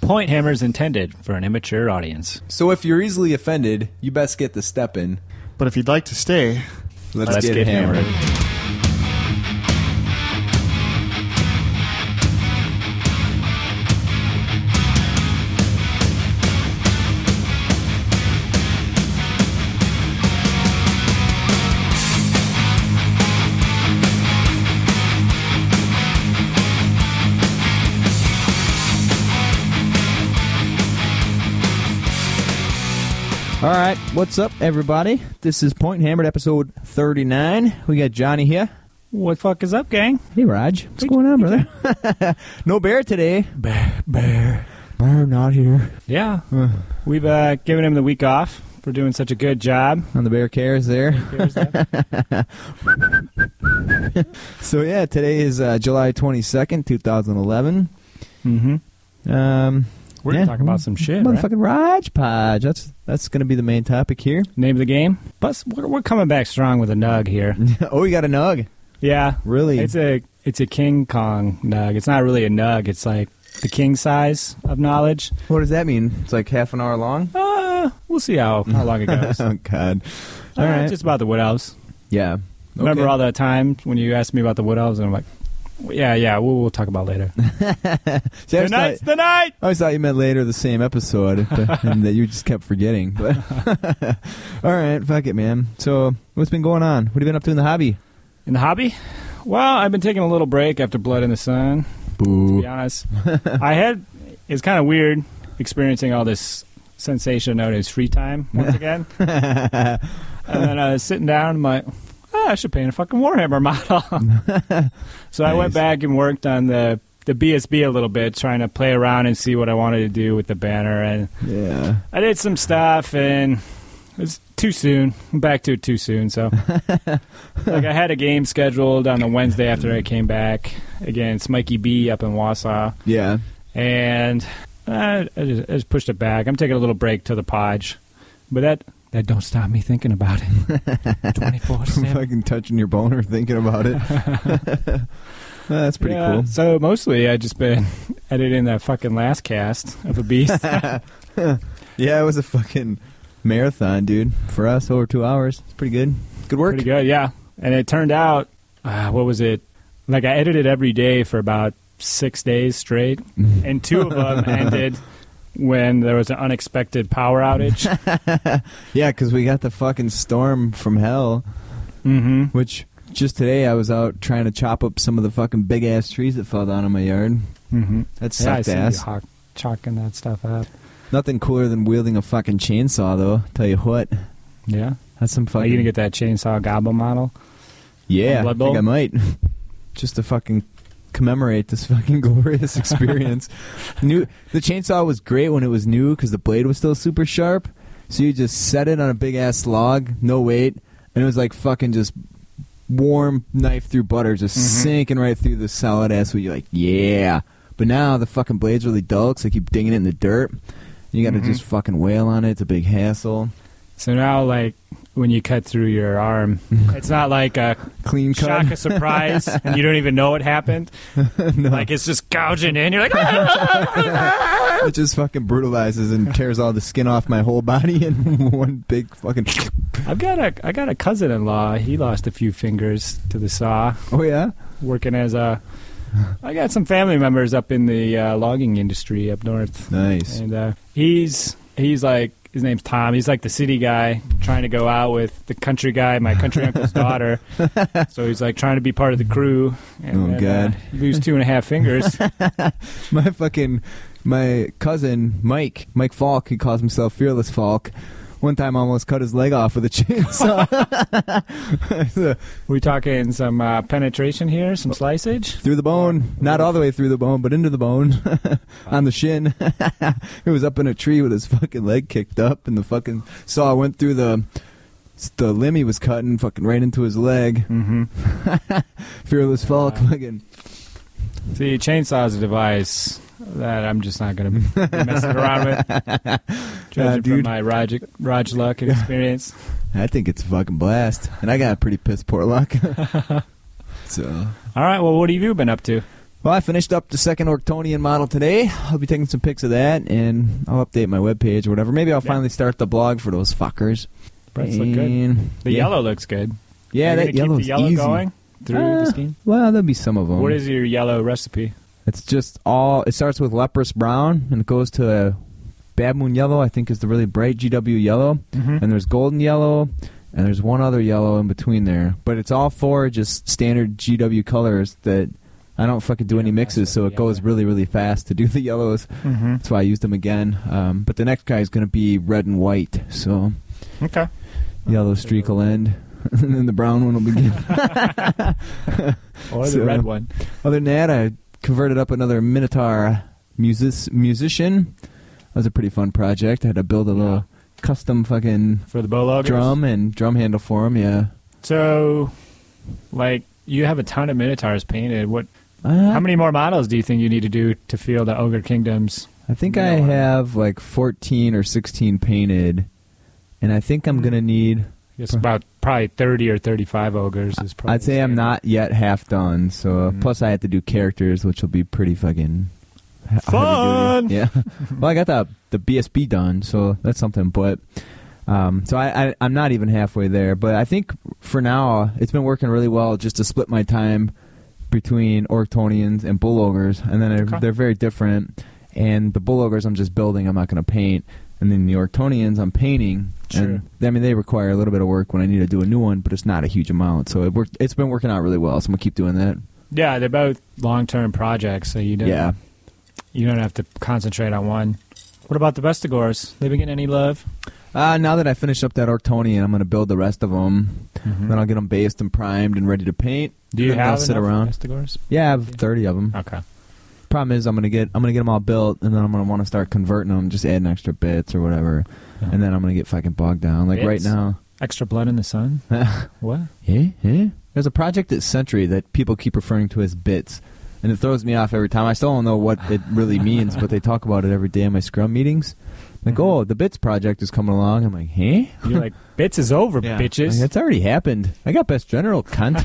Point Hammer's intended for an immature audience. So if you're easily offended, you best get the step in. But if you'd like to stay, Let's, Let's get, get hammered. All right, what's up, everybody? This is Point Hammered, episode 39. We got Johnny here. What fuck is up, gang? Hey, Raj. What's going on, brother? no bear today. Bear, bear. Bear not here. Yeah, we've uh, given him the week off for doing such a good job. Mm-hmm. On the bear cares there. Here's that. So, yeah, today is uh, July 22nd, 2011. mm-hmm. Um, We're gonna yeah. talk about some shit. right? Motherfucking Raj Podge. That's, that's going to be the main topic here. Name of the game. Plus, we're, we're coming back strong with a nug here. oh, you got a nug. Yeah, Really? It's a it's a King Kong nug. It's not really a nug. It's like the king size of knowledge. what does that mean? It's like half an hour long? Uh, we'll see how, how long it goes. Oh, God. All Uh, right. just about the wood elves. yeah. Remember Okay. all the time when you asked me about the wood elves, and I'm like, yeah, yeah, we'll, we'll talk about later. See, I just thought- Tonight's the night. I always thought you meant later the same episode, but, and that you just kept forgetting. But all right, fuck it, man. So, what's been going on? What have you been up to in the hobby? In the hobby? Well, I've been taking a little break after Blood in the Sun. To Boo. be honest, I had it's kind of weird experiencing all this sensation known as free time once again. and then I was sitting down, I'm like, "Ah, I should paint a fucking Warhammer model. so I went Nice. back and worked on the the BSB a little bit, trying to play around and see what I wanted to do with the banner and Yeah. I did some stuff and it's too soon. I'm back to it too soon. So, like, I had a game scheduled on a Wednesday after I came back against Mikey B up in Wausau, Yeah. and uh, I, just, I just pushed it back. I'm taking a little break to the podge, but that that don't stop me thinking about it. Twenty four seven. Fucking touching your boner thinking about it. Well, that's pretty cool. So mostly I just been editing that fucking last cast of a beast. Yeah, it was a fucking marathon, dude. For us, over two hours. It's pretty good. Good work. Pretty good, yeah. And it turned out, uh, what was it? Like I edited every day for about six days straight, Mm-hmm. and two of them ended when there was an unexpected power outage. Yeah, because we got the fucking storm from hell. hmm Which just today I was out trying to chop up some of the fucking big ass trees that fell down in my yard. hmm That Yeah, I sucked see you ass. hawk- chalking that stuff up. Nothing cooler than wielding a fucking chainsaw, though. Tell you what, Yeah. that's some Are fucking. you gonna get that chainsaw gobble model? yeah, I Blood Bowl? think I might. Just to fucking commemorate this fucking glorious experience. new, the chainsaw was great when it was new because the blade was still super sharp. So you just set it on a big ass log, no weight, and it was like fucking just warm knife through butter, just Mm-hmm. sinking right through the solid ass. Where you're like, yeah. But now the fucking blade's really dull because I keep digging it in the dirt. You got to Mm-hmm. just fucking wail on it. It's a big hassle. So now, like when you cut through your arm, it's not like a clean Mm-hmm. cut. shock of surprise, and you don't even know it happened. Like it's just gouging in. You're like, "Ah!" It just fucking brutalizes and tears all the skin off my whole body in one big fucking. I've got a I got a cousin in law. He lost a few fingers to the saw Oh yeah, working as a. I got some family members up in the uh, logging industry up north, nice. and uh, he's he's like his name's Tom. He's like the city guy trying to go out with the country guy, my country uncle's daughter. So he's like trying to be part of the crew. And Oh, then, God. uh, you lose two and a half fingers. My fucking my cousin Mike Mike Falk. He calls himself Fearless Falk. One time, almost cut his leg off with a chainsaw we talking some uh, penetration here, Oh. some slicage. through the bone. Not all the way through the bone, but into the bone on the shin. he was up in a tree with his fucking leg kicked up, and the fucking saw went through the the limb he was cutting, fucking right into his leg. Mm-hmm. Fearless Falk, Yeah. fucking See, chainsaw's a device that I'm just not going to be messing around with. Judging from Uh, dude. my Raj, Raj luck experience. I think it's a fucking blast, and I got pretty piss poor luck. so, All right, well, what have you been up to? Well, I finished up the second Orktonian model today. I'll be taking some pics of that, and I'll update my webpage or whatever. Maybe I'll Yeah. finally start the blog for those fuckers. Brett's look good. And- The yeah. yellow looks good. Are Yeah, you that gonna yellow's keep the yellow easy. going through Uh, the scheme. Well, there'll be some of them. What is your yellow recipe? It's just all. It starts with leprous brown and it goes to uh, baboon yellow. I think is the really bright GW yellow, Mm-hmm. and there's golden yellow, and there's one other yellow in between there. But it's all four just standard GW colors that I don't fucking do any mixes, so it goes really really fast to do the yellows. hmm That's why I used them again. Um, but the next guy is gonna be red and white, so Okay. yellow streak will end, and then the brown one will begin. Or the So- red one. Other than that, I converted up another Minotaur music- musician. That was a pretty fun project. I had to build a little custom fucking For the bow loggers. drum and drum handle for him. Yeah. So, like, you have a ton of Minotaurs painted. What? Uh, How many more models do you think you need to do to feel the Ogre Kingdom's? I think I No, I- have like 14 or 16 painted, and I think Mm-hmm. I'm gonna need. It's about probably thirty or thirty-five ogres. Is probably Mm-hmm. I'd say I'm standard. not yet half done. So Mhm. plus I have to do characters, which will be pretty fucking. h- Fun! heavy duty. Yeah. well, I got the the BSB done, so that's something. But um, so I, I I'm not even halfway there. But I think for now it's been working really well just to split my time between Orktonians and Bull Ogres, and then they're, Okay. they're very different. And the Bull Ogres I'm just building. I'm not going to paint. And then the Orktonians I'm painting. Sure. And, I mean, they require a little bit of work when I need to do a new one, but it's not a huge amount. So it worked. It's been working out really well. So I'm gonna keep doing that. Yeah, they're both long-term projects, so you don't. Yeah. You don't have to concentrate on one. What about the Vestigores? They been getting any love? Uh, now that I finish up that Orktonian, I'm gonna build the rest of them. Then I'll get them based and primed and ready to paint. Mm-hmm. Do you Then Mm-hmm. they'll have sit enough Oh. around? Vestigores? Yeah, I have 30 of them. Okay. Problem is, I'm gonna get I'm gonna get them all built, and then I'm gonna want to start converting them, just adding extra bits or whatever, Yeah. and then I'm gonna get fucking bogged down. Like right Oh. Bits? now, Extra blood in the sun. what? Yeah, yeah. There's a project at Century that people keep referring to as bits, and it throws me off every time. I still don't know what it really means, but they talk about it every day in my Scrum meetings. Like, oh, the bits project is coming along. I'm like, huh? You're like, bits is over, bitches. Like, it's already happened. I got best general cunt.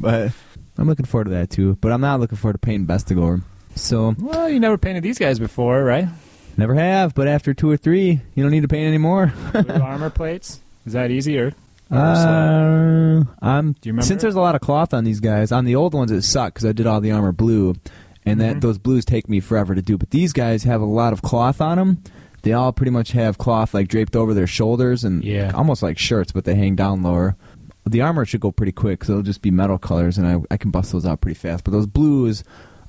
but I'm looking forward to that too. But I'm not looking forward to painting Bestigor. So well, you never painted these guys before, right? never have. But after two or three, you don't need to paint anymore. Blue armor plates. Is that easier? Uh, I'm Do you remember? Since there's a lot of cloth on these guys, on the old ones it sucked because I did all the armor blue, and that Mhm. those blues take me forever to do. But these guys have a lot of cloth on them. They all pretty much have cloth like draped over their shoulders and Yeah. almost like shirts, but they hang down lower. The armor should go pretty quick because it'll just be metal colors, and I I can bust those out pretty fast. But those blues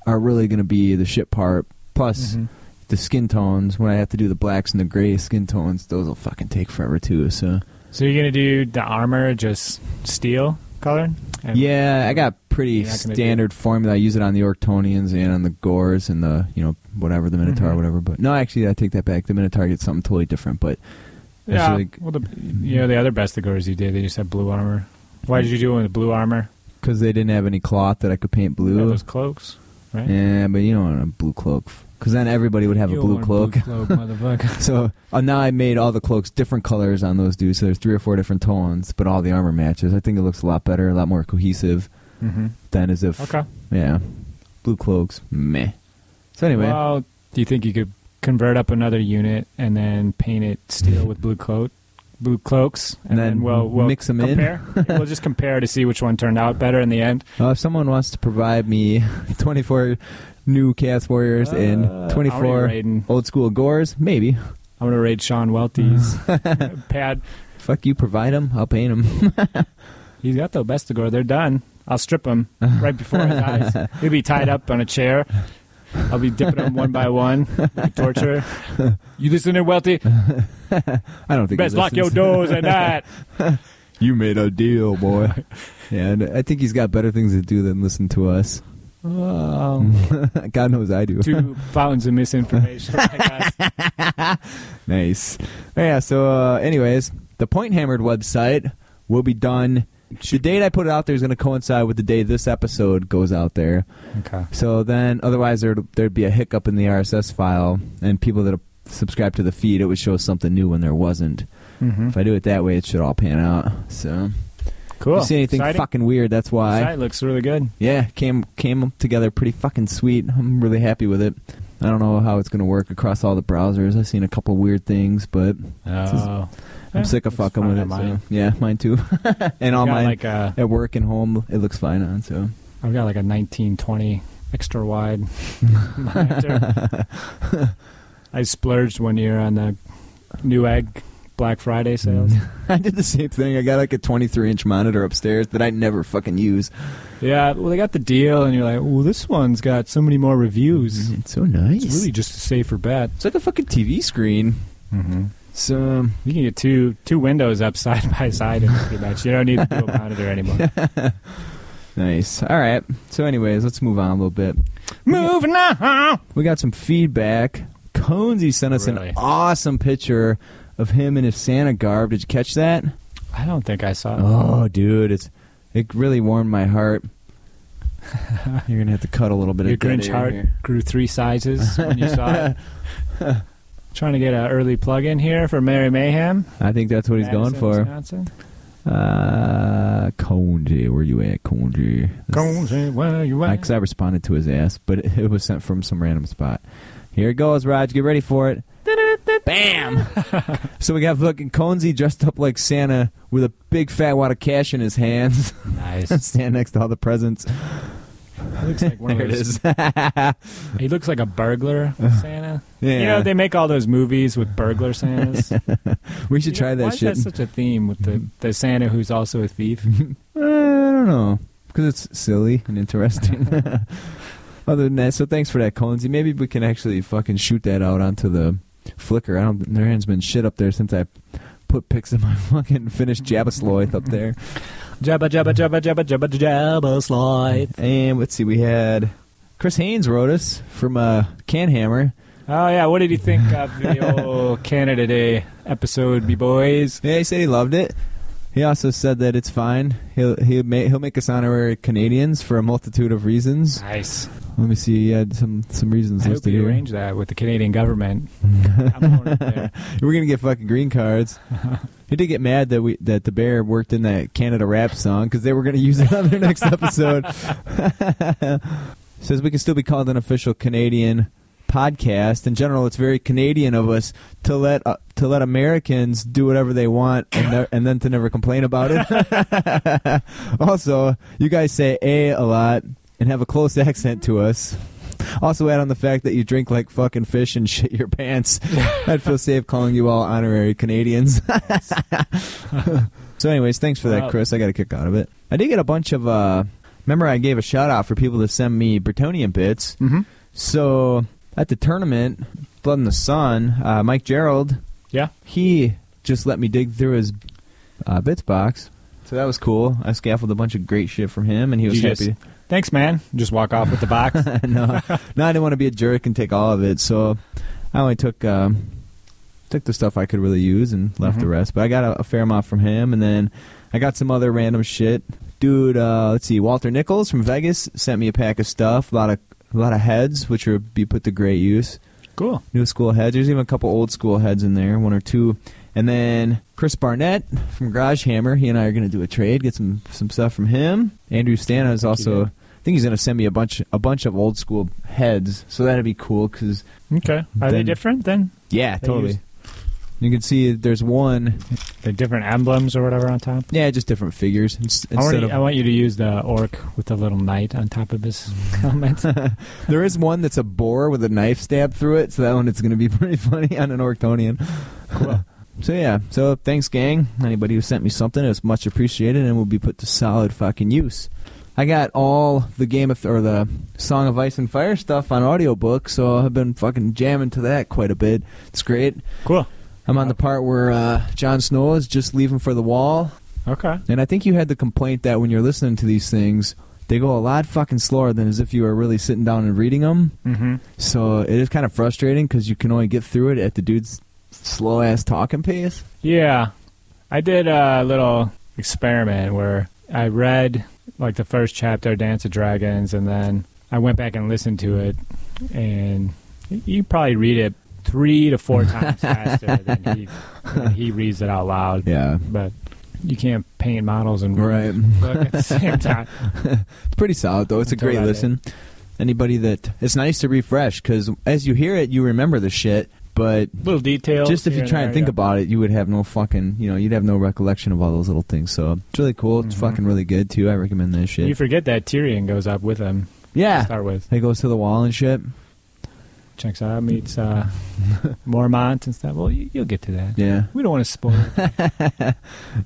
are really going to be the shit part. Plus Mhm. the skin tones when I have to do the blacks and the gray skin tones, those will fucking take forever too. So. So you're gonna do the armor just steel color? And- Yeah, I got pretty You're not gonna standard formula. I use it on the Orktonians and on the Gores and the you know whatever the Minotaur, Mhm. whatever. But no, actually, I take that back. The Minotaur gets something totally different. But it's Yeah. like- well, the, you know the other Vestigores you did, they just had blue armor. Why did you do it with blue armor? because they didn't have any cloth that I could paint You had blue, those cloaks, right? yeah, but you don't want a blue cloak because then everybody would have You a blue want cloak. cloak, motherfucker. so uh, now I made all the cloaks different colors on those dudes. So there's three or four different tones, but all the armor matches. I think it looks a lot better, a lot more cohesive hmm than as if Okay. yeah, blue cloaks meh. So anyway. Well, do you think you could convert up another unit and then paint it steel with blue cloak, blue cloaks, and, And then, then we'll, we'll mix 'em in? compare? we'll just compare to see which one turned out better in the end. Uh, if someone wants to provide me 24 new Cast Warriors and Uh, I'm already 24 raiding. old school Gores, maybe. I'm gonna raid Sean Welty's pad. Fuck you, provide them. I'll paint them. He's got the best to go. They're done. I'll strip him right before he dies. He'll be tied up on a chair. I'll be dipping him one by one. like Torture. You listening, Welty? I don't think Best he lock your listens. doors at night. You made a deal, boy. yeah, and I think he's got better things to do than listen to us. Oh, God knows I do. two fountains of misinformation. like us. nice. Yeah, so uh, anyways, the Point Hammered website will be done. The date I put it out there is going to coincide with the day this episode goes out there. Okay. So then, otherwise, there'd, there'd be a hiccup in the RSS file, and people that subscribe to the feed, it would show something new when there wasn't. Mm-hmm. If I do it that way, it should all pan out. So Cool. If you see anything Exciting? fucking weird, that's why. Site looks really good. Yeah, came came together pretty fucking sweet. I'm really happy with it. I don't know how it's gonna work across all the browsers. I've seen a couple weird things, but Oh. I'm sick of fucking with it. so- Yeah, mine too. I've and all got, mine like a, at work and home, it looks fine on. So I've got like a 1920 extra wide monitor. I splurged one year on the Newegg Black Friday sales. I did the same thing. I got like a 23 inch monitor upstairs that I never fucking use. yeah, well, they got the deal, and you're like, well, this one's got so many more reviews. It's so nice. It's really just a safer bet. It's like a fucking TV screen. Mm-hmm. So You can get two two windows up side by side in pretty much. You don't need the dual monitor anymore. nice. All right. So, anyways, let's move on a little bit. Moving on. We got some feedback. Conesy sent us Really? an awesome picture of him in his Santa garb. Did you catch that? I don't think I saw. it. Oh, dude, it's it really warmed my heart. You're gonna have to cut a little bit Your of dead Grinch air heart here. grew three sizes when you saw it. Trying to get an early plug in here for Mary Mayhem. I think that's what he's going Madison, for. Wisconsin. Uh, Conji, where you at, Conji? Cozy, where you at? Because I responded to his ass, but it, it was sent from some random spot. Here it goes, Raj. Get ready for it. Bam! so we got fucking Conzi dressed up like Santa with a big fat wad of cash in his hands, Nice. stand next to all the presents. He looks like one of There it those- is. yeah. He looks like a burglar Santa. You know they make all those movies with burglar Santas. You we should know, try that why shit. Is that such a theme with the, the Santa who's also a thief? Uh, I don't know because it's silly and interesting. Other than that, so thanks for that, Conesy. Maybe we can actually fucking shoot that out onto the Flickr. I don't. There hasn't been shit up there since I put pics of my fucking finished Jabba Sloth up there. Jabba jabba jabba jabba jabba jabba slide. And let's see, we had Chris Haynes wrote us from uh, Canhammer. Oh yeah, what did you think of the old Canada Day episode, b boys? Yeah, he said he loved it. He also said that it's fine. He'll he'll make, he'll make us honorary Canadians for a multitude of reasons. Nice. Let me see. He had some some reasons I hope listed you here. arrange that with the Canadian government. I'm going up there. We're gonna get fucking green cards. He did get mad that we that the bear worked in that Canada rap song because they were gonna use it on their next episode. Says we can still be called an official Canadian podcast. In general, it's very Canadian of us to let uh, to let Americans do whatever they want and, ne- and then to never complain about it. also, you guys say a a lot and have a close accent to us. Also, add on the fact that you drink like fucking fish and shit your pants. I'd feel safe calling you all honorary Canadians. so, anyways, thanks for that, Wow. Chris. I got a kick out of it. I did get a bunch of. uh Remember, I gave a shout out for people to send me Bretonian bits. Mm-hmm. So at the tournament, Blood in the Sun, uh, Mike Gerald, Yeah. he just let me dig through his uh, bits box. So that was cool. I scaffolded a bunch of great shit from him, and he was You just- happy. Thanks, man. Just walk off with the box. no, no, I didn't want to be a jerk and take all of it, so I only took um, took the stuff I could really use and left the Mhm. rest. But I got a, a fair amount from him, and then I got some other random shit. Dude, uh, let's see, Walter Nichols from Vegas sent me a pack of stuff, a lot of a lot of heads, which are be put to great use. cool. New school heads. There's even a couple old school heads in there, one or two. And then Chris Barnett from Garage Hammer. He and I are going to do a trade, get some some stuff from him. Andrew Stana is also. man. I think he's going to send me a bunch a bunch of old school heads, so that'd be cool. Cause Okay. Are they Then- different then? yeah, They totally. use- You can see there's one. They're different emblems or whatever on top. Yeah, just different figures. Ins- I want, instead you, of- I want you to use the orc with the little knight on top of his helmet. there is one that's a boar with a knife stab through it, so that one it's going to be pretty funny on an Orktonian. Cool. so yeah, so thanks, gang. Anybody who sent me something, it's much appreciated and will be put to solid fucking use. I got all the Game of or the Song of Ice and Fire stuff on audiobook, so I've been fucking jamming to that quite a bit. It's great. cool. I'm on the part where uh, Jon Snow is just leaving for the wall, Okay. and I think you had the complaint that when you're listening to these things, they go a lot fucking slower than as if you were really sitting down and reading them. Mm-hmm. So it is kind of frustrating because you can only get through it at the dude's slow ass talking pace. Yeah. I did a little experiment where I read like the first chapter, Dance of Dragons, and then I went back and listened to it. And you probably read it three to four times faster than he, than he reads it out loud. Yeah, But you can't paint models and Right. look at the same time. It's pretty solid though. It's a Until great that listen. Anybody that it's nice to refresh because as you hear it, you remember the shit. But Little details. just if here you try there, and think yeah. about it, you would have no fucking you know you'd have no recollection of all those little things. So it's really cool. It's Mhm. fucking really good too. I recommend that shit. You forget that Tyrion goes up with him to yeah, start with. he goes to the wall and shit. Checks out, meets uh, Mormont and stuff. Well, you, you'll get to that. Yeah, We don't want to spoil it.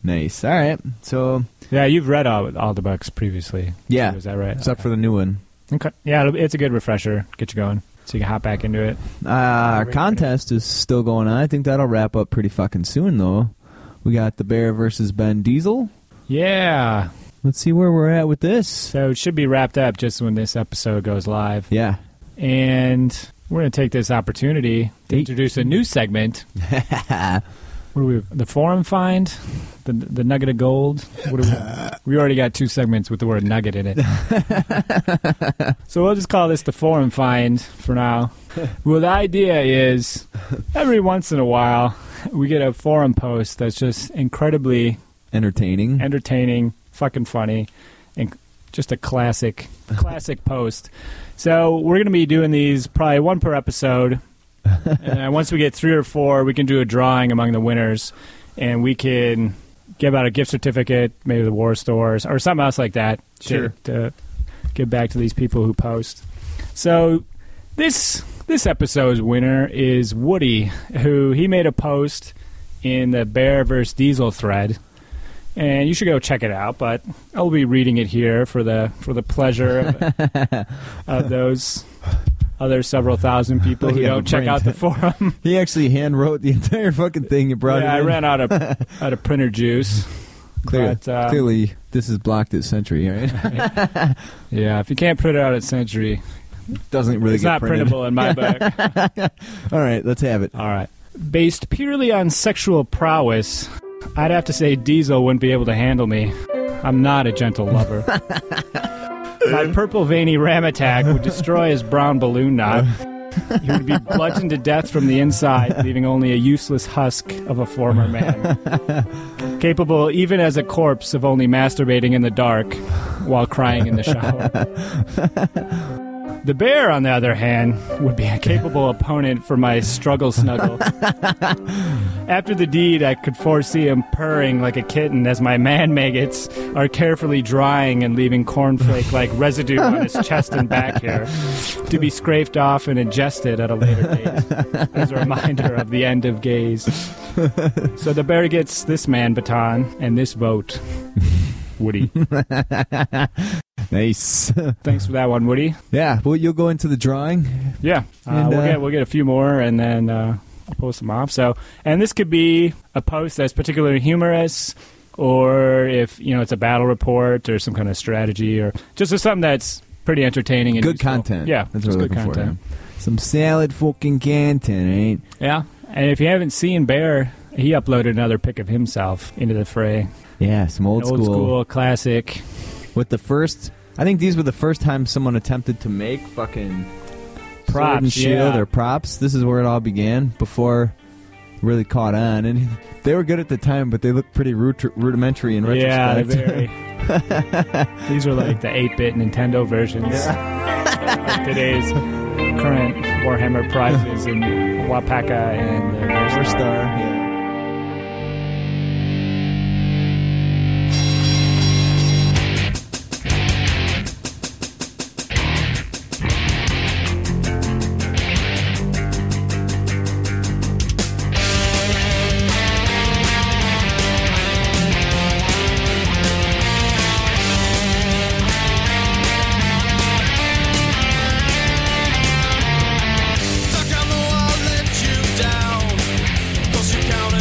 nice. All right, so yeah, you've read all, all the books previously. Yeah. Is that right? except for the new one. the- okay. Yeah, it'll- it's a good refresher. Get you going. So you can hop back into it. Uh, our Alright. contest is still going on. I think that'll wrap up pretty fucking soon though. We got the Bear versus Ben Diesel. Yeah. Let's see where we're at with this. So it should be wrapped up just when this episode goes live. Yeah, And we're going to take this opportunity to Eight. introduce a new segment. what do we the forum find? The the nugget of gold? What do we, we already got two segments with the word nugget in it. so we'll just call this the forum find for now. Well, the idea is every once in a while we get a forum post that's just incredibly entertaining. entertaining, fucking funny, and just a classic, classic post. So we're going to be doing these probably one per episode. and then once we get three or four, we can do a drawing among the winners, and we can give out a gift certificate, maybe the war stores or something else like that. to- Sure. To give back to these people who post. So this this episode's winner is Woody, who he made a post in the Bear vs. Diesel thread, and you should go check it out. But I'll be reading it here for the for the pleasure of, of those other several thousand people who Yeah, don't check brain out the forum. He actually hand wrote the entire fucking thing. You brought yeah, it I in. ran out of out of printer juice. Clear- But, uh, Clearly, this is blocked at Century. Right? Yeah, if you can't print it out at Century, Doesn't really it's get not printed. printable in my book. All right, let's have it. All right. Based purely on sexual prowess, I'd have to say Diesel wouldn't be able to handle me. I'm not a gentle lover. My purple veiny ram attack would destroy his brown balloon knot. He would be bludgeoned to death from the inside, leaving only a useless husk of a former man. Capable, even as a corpse, of only masturbating in the dark while crying in the shower. The bear, on the other hand, would be a capable opponent for my struggle snuggle. After the deed, I could foresee him purring like a kitten as my man maggots are carefully drying and leaving cornflake like residue on his chest and back hair to be scraped off and ingested at a later date as a reminder of the end of gaze. So the bear gets this man baton and this vote. Woody. Nice. Thanks for that one, Woody. yeah, well, you'll go into the drawing. Yeah, uh, And, we'll uh, get we'll get a few more, and then uh, I'll post them off. So, and this could be a post that's particularly humorous, or if you know it's a battle report or some kind of strategy, or just something that's pretty entertaining and good useful. content. Yeah, that's just what we're good looking for. content. yeah. Some salad fucking content, Yeah, and if you haven't seen Bear, he uploaded another pic of himself into the fray. right? Yeah, some old, An old school classic. with the first. I think these were the first time someone attempted to make fucking sword and Props, shield yeah. or props. This is where it all began before it really caught on. And they were good at the time, but they looked pretty rut- rudimentary in Yeah, retrospect. very. These are like the 8-bit Nintendo versions of today's current Warhammer prizes in Wapaka and the Four North Star. star. Yeah. Stuck on the wall let you down. Cause you count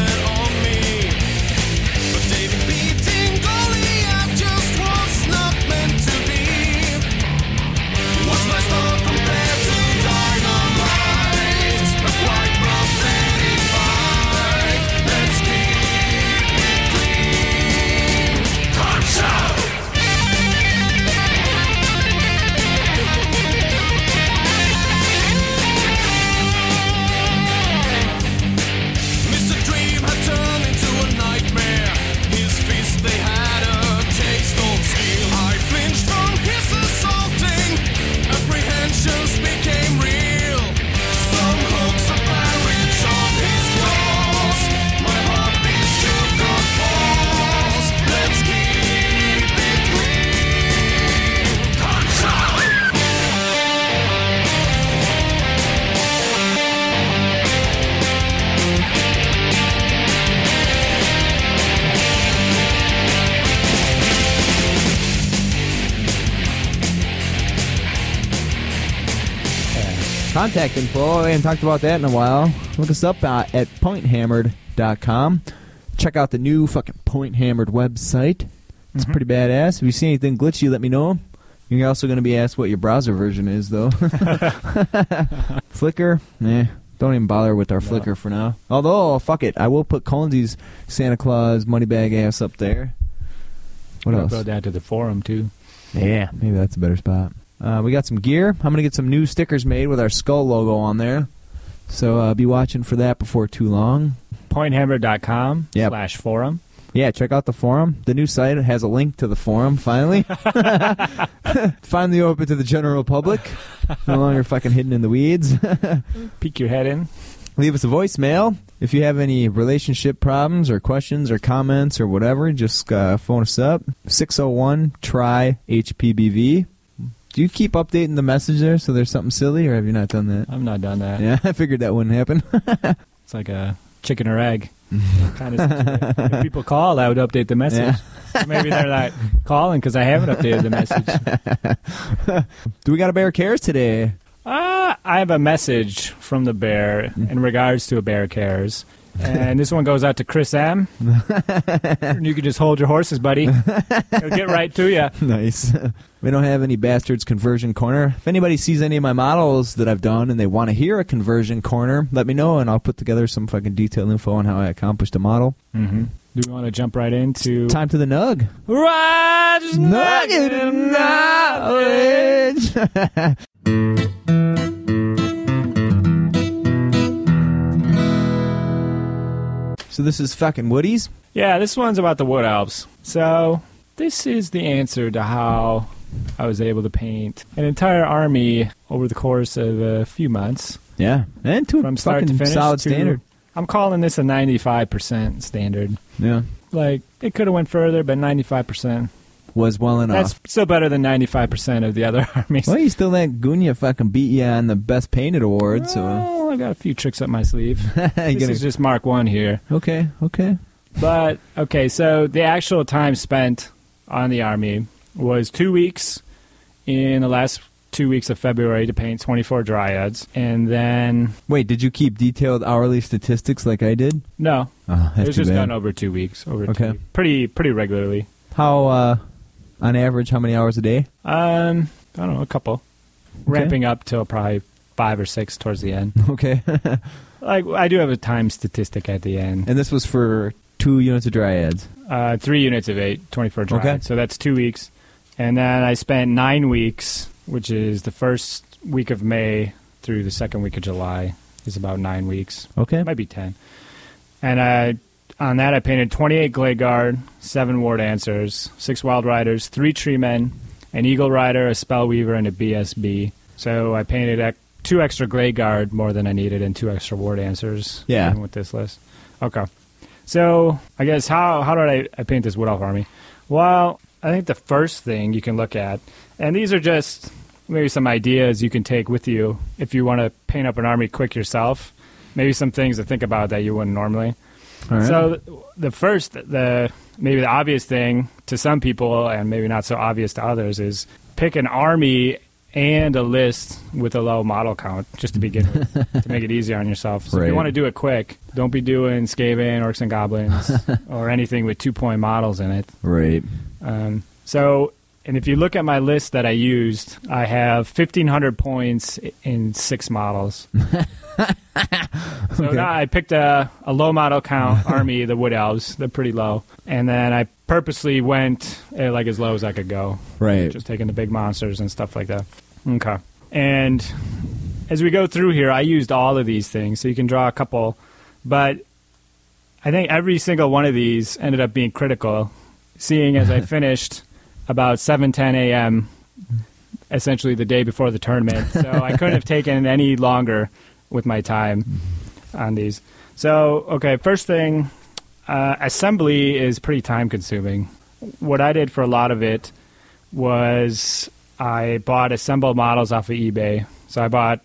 contact info. We haven't talked about that in a while. Look us up uh, at pointhammered.com. Check out the new fucking Point Hammered website. It's Mhm. pretty badass. If you see anything glitchy, let me know. You're also going to be asked what your browser version is, though. Flickr? Nah. Don't even bother with our No. Flickr for now. Although, fuck it. I will put Collinsy's Santa Claus moneybag ass up there. What else? Upload that to the forum too. Yeah, maybe that's a better spot. Uh, we got some gear. I'm gonna get some new stickers made with our skull logo on there. So uh, be watching for that before too long. Pointhammer.com Yep. slash forum. Yeah, check out the forum. The new site has a link to the forum. Finally, finally open to the general public. No longer fucking hidden in the weeds. Peek your head in. Leave us a voicemail if you have any relationship problems or questions or comments or whatever. Just uh, phone us up six zero one try HPBV. Do you keep updating the message there so there's something silly, or have you not done that? I've not done that. Yeah, I figured that wouldn't happen. It's like a chicken or egg kind of situation. If people call, I would update the message. Maybe they're not calling because I haven't updated the message. Do we got a bear cares today? Uh, I have a message from the bear in regards to a bear cares. And this one goes out to Chris M. and you can just hold your horses, buddy. It'll get right to you. Nice. we don't have any bastards conversion corner. If anybody sees any of my models that I've done and they want to hear a conversion corner, let me know and I'll put together some fucking detailed info on how I accomplished a model. Mm-hmm. Do we want to jump right into Time to the nug. Roger's Nugget of Knowledge? so this is fucking Woody's. Yeah, this one's about the wood elves. So, this is the answer to how I was able to paint an entire army over the course of a few months. Yeah, and to a From start fucking to finish. solid to- standard. I'm calling this a 95% standard. Yeah, Like, it could have went further, but 95%. was well enough. That's still better than 95% of the other armies. well, you still let Gunya fucking beat you on the best painted award, so uh, Well, I got a few tricks up my sleeve. you this gonna- is just Mark 1 here. okay, okay. But okay, so the actual time spent on the army was two weeks in the last two weeks of February to paint 24 dryads, and then Wait, did you keep detailed hourly statistics like I did? no, Oh, it was too just bad. done over two weeks, over Okay. two, pretty pretty regularly. How, uh, on average, how many hours a day? Um, I don't know, a couple, ramping up till probably five or six towards the end. Okay, like I do have a time statistic at the end, and this was for two units of dryads. uh, three units of eight, 24 dryads, Okay. so that's two weeks, and then I spent nine weeks, which is the first week of May through the second week of July, is about nine weeks, Okay, it might be ten, and I. On that, I painted 28 Glade Guard, 7 Ward Answers, 6 Wild Riders, 3 Tree Men, an Eagle Rider, a Spellweaver, and a BSB. So I painted ec- 2 extra Glade Guard more than I needed and 2 extra Ward Answers Yeah. even with this list. Okay. So I guess how, how did I, I paint this Wood Elf Army? Well, I think the first thing you can look at, and these are just maybe some ideas you can take with you if you want to paint up an army quick yourself. Maybe some things to think about that you wouldn't normally. all right. So th- the first, the maybe the obvious thing to some people, and maybe not so obvious to others, is pick an army and a list with a low model count just to begin with to make it easier on yourself. So if Right. you want to do it quick, don't be doing Skaven, Orcs and Goblins, or anything with two point models in it. right. Um, so, and if you look at my list that I used, I have 1,500 points in six models. so Okay. now I picked a, a low model count army, the Wood Elves. They're pretty low. And then I purposely went eh, like as low as I could go, Right. just taking the big monsters and stuff like that. Okay. And as we go through here, I used all of these things, so you can draw a couple. But I think every single one of these ended up being critical, seeing as I finished about 7:10 a.m. essentially the day before the tournament. So I couldn't have taken any longer with my time on these. So, okay, first thing, uh, assembly is pretty time consuming. What I did for a lot of it was I bought assembled models off of eBay. So I bought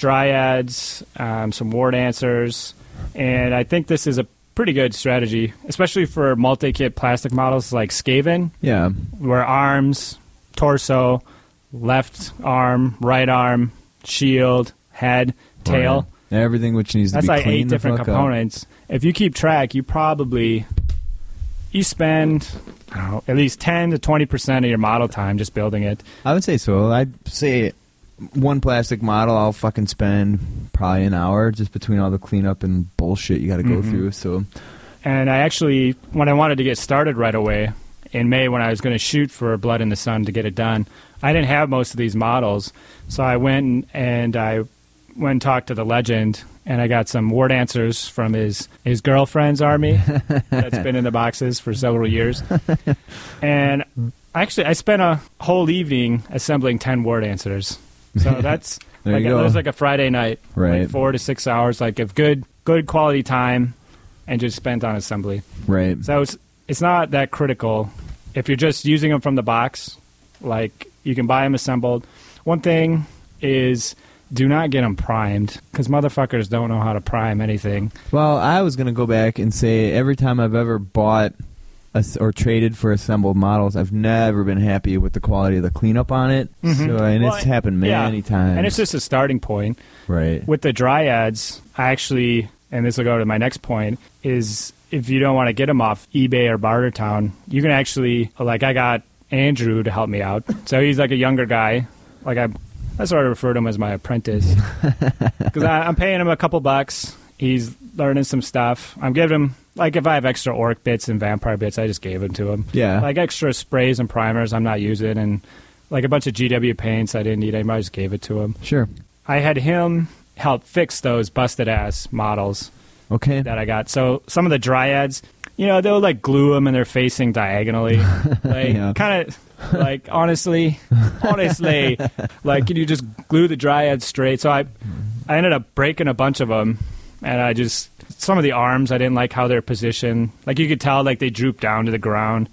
dryads, um, some ward answers, and I think this is a pretty good strategy, especially for multi-kit plastic models like Skaven, yeah. where arms, torso, left arm, right arm, shield, head, tail. Everything which needs That's to be like cleaned eight the different fuck components. If you keep track, you probably you spend I don't know, at least ten to twenty percent of your model time just building it. Up. I would say so. I'd say one plastic model I'll fucking spend probably an hour just between all the cleanup and bullshit you got to go Mhm. through. So And I actually, when I wanted to get started right away in May, when I was going to shoot for Blood in the Sun to get it done, I didn't have most of these models. So I went and- and I went and talked to the legend, and I got some war dancers from his, his girlfriend's army that's been in the boxes for several years. And actually, I spent a whole evening assembling 10 war dancers. So that's There like you a, go. that was like a Friday night, Right. like four to six hours, like of good good quality time, and just spent on assembly. right, So it's it's not that critical if you're just using them from the box. Like you can buy them assembled. One thing is do not get them primed because motherfuckers don't know how to prime anything. Well, I was going to go back and say every time I've ever bought a s or traded for assembled models, I've never been happy with the quality of the cleanup on it. So, and Mm-hmm. Well, it's happened yeah. many times. And it's just a starting point. right. with the dryads, I actually, and this will go to my next point, is if you don't want to get them off eBay or BarterTown, you can actually, like, I got Andrew to help me out. So he's like a younger guy. Like, I, I sort of refer to him as my apprentice because I'm paying him a couple bucks. He's learning some stuff. I'm giving him, like, if I have extra orc bits and vampire bits, I just gave them to him. Yeah. Like, extra sprays and primers I'm not using, and like a bunch of GW paints I didn't need anymore, I just gave it to him. sure. I had him help fix those busted ass models Okay. that I got. So some of the dryads, you know, they'll like glue them and they're facing diagonally. Like, Yeah. kind of like, honestly, honestly, like, can you just glue the dryads straight? So I, I ended up breaking a bunch of them and I just, some of the arms, I didn't like how they're positioned. Like, you could tell, like, they droop down to the ground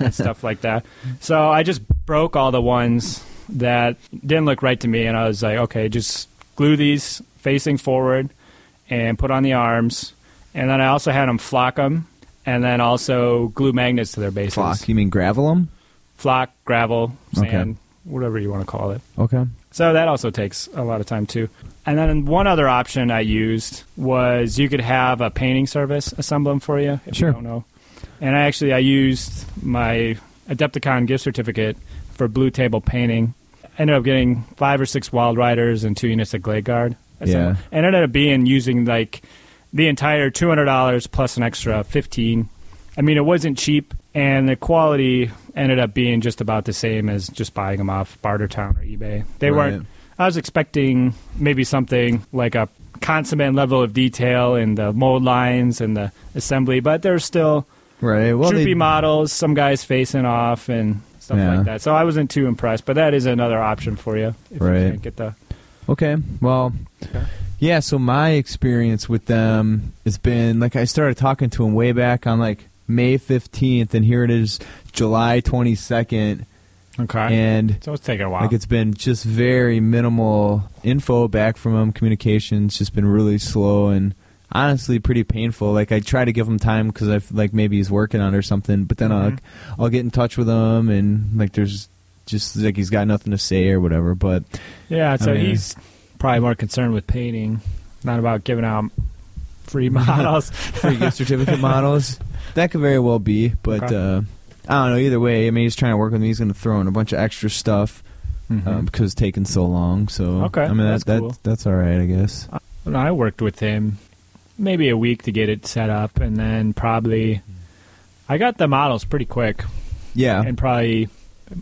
and stuff like that. So I just broke all the ones that didn't look right to me, and I was like, okay, just glue these facing forward and put on the arms, and then I also had them flock them, and then also glue magnets to their bases. Flock. You mean gravel 'em? Flock, gravel, Okay. sand, whatever you want to call it. Okay. So that also takes a lot of time too. And then one other option I used was you could have a painting service assemble them for you if Sure. you don't know. And I actually I used my Adepticon gift certificate for blue table painting. Ended up getting five or six Wild Riders and two units of Glade Guard. Yeah. And ended up being using like the entire two hundred dollars plus an extra fifteen. I mean, it wasn't cheap, and the quality ended up being just about the same as just buying them off BarterTown or eBay. They Right. weren't. I was expecting maybe something like a consummate level of detail in the mold lines and the assembly, but there's still Right. Well, droopy they, models, some guys facing off, and stuff Yeah. like that. So I wasn't too impressed, but that is another option for you if Right. you can't get the. Okay. Well, Okay. yeah. So my experience with them has been like I started talking to them way back on like May fifteenth, and here it is, July twenty second, Okay. and so it's taking a while. like it's been just very minimal info back from them. Communications just been really slow and honestly pretty painful. Like I try to give him time because I f- like maybe he's working on it or something, but then I'll, Mhm. like, I'll get in touch with him and like there's just like he's got nothing to say or whatever. But Yeah, so mean- he's probably more concerned with painting, not about giving out free models. free gift certificate models. That could very well be, but Okay. uh, I don't know. Either way, I mean, he's trying to work with me. He's going to throw in a bunch of extra stuff um, because it's taken so long. So Mm-hmm. Okay, I mean, that's that, cool. Uh, that, that's all right, I guess. When I worked with him maybe a week to get it set up, and then probably I got the models pretty quick, Yeah, and probably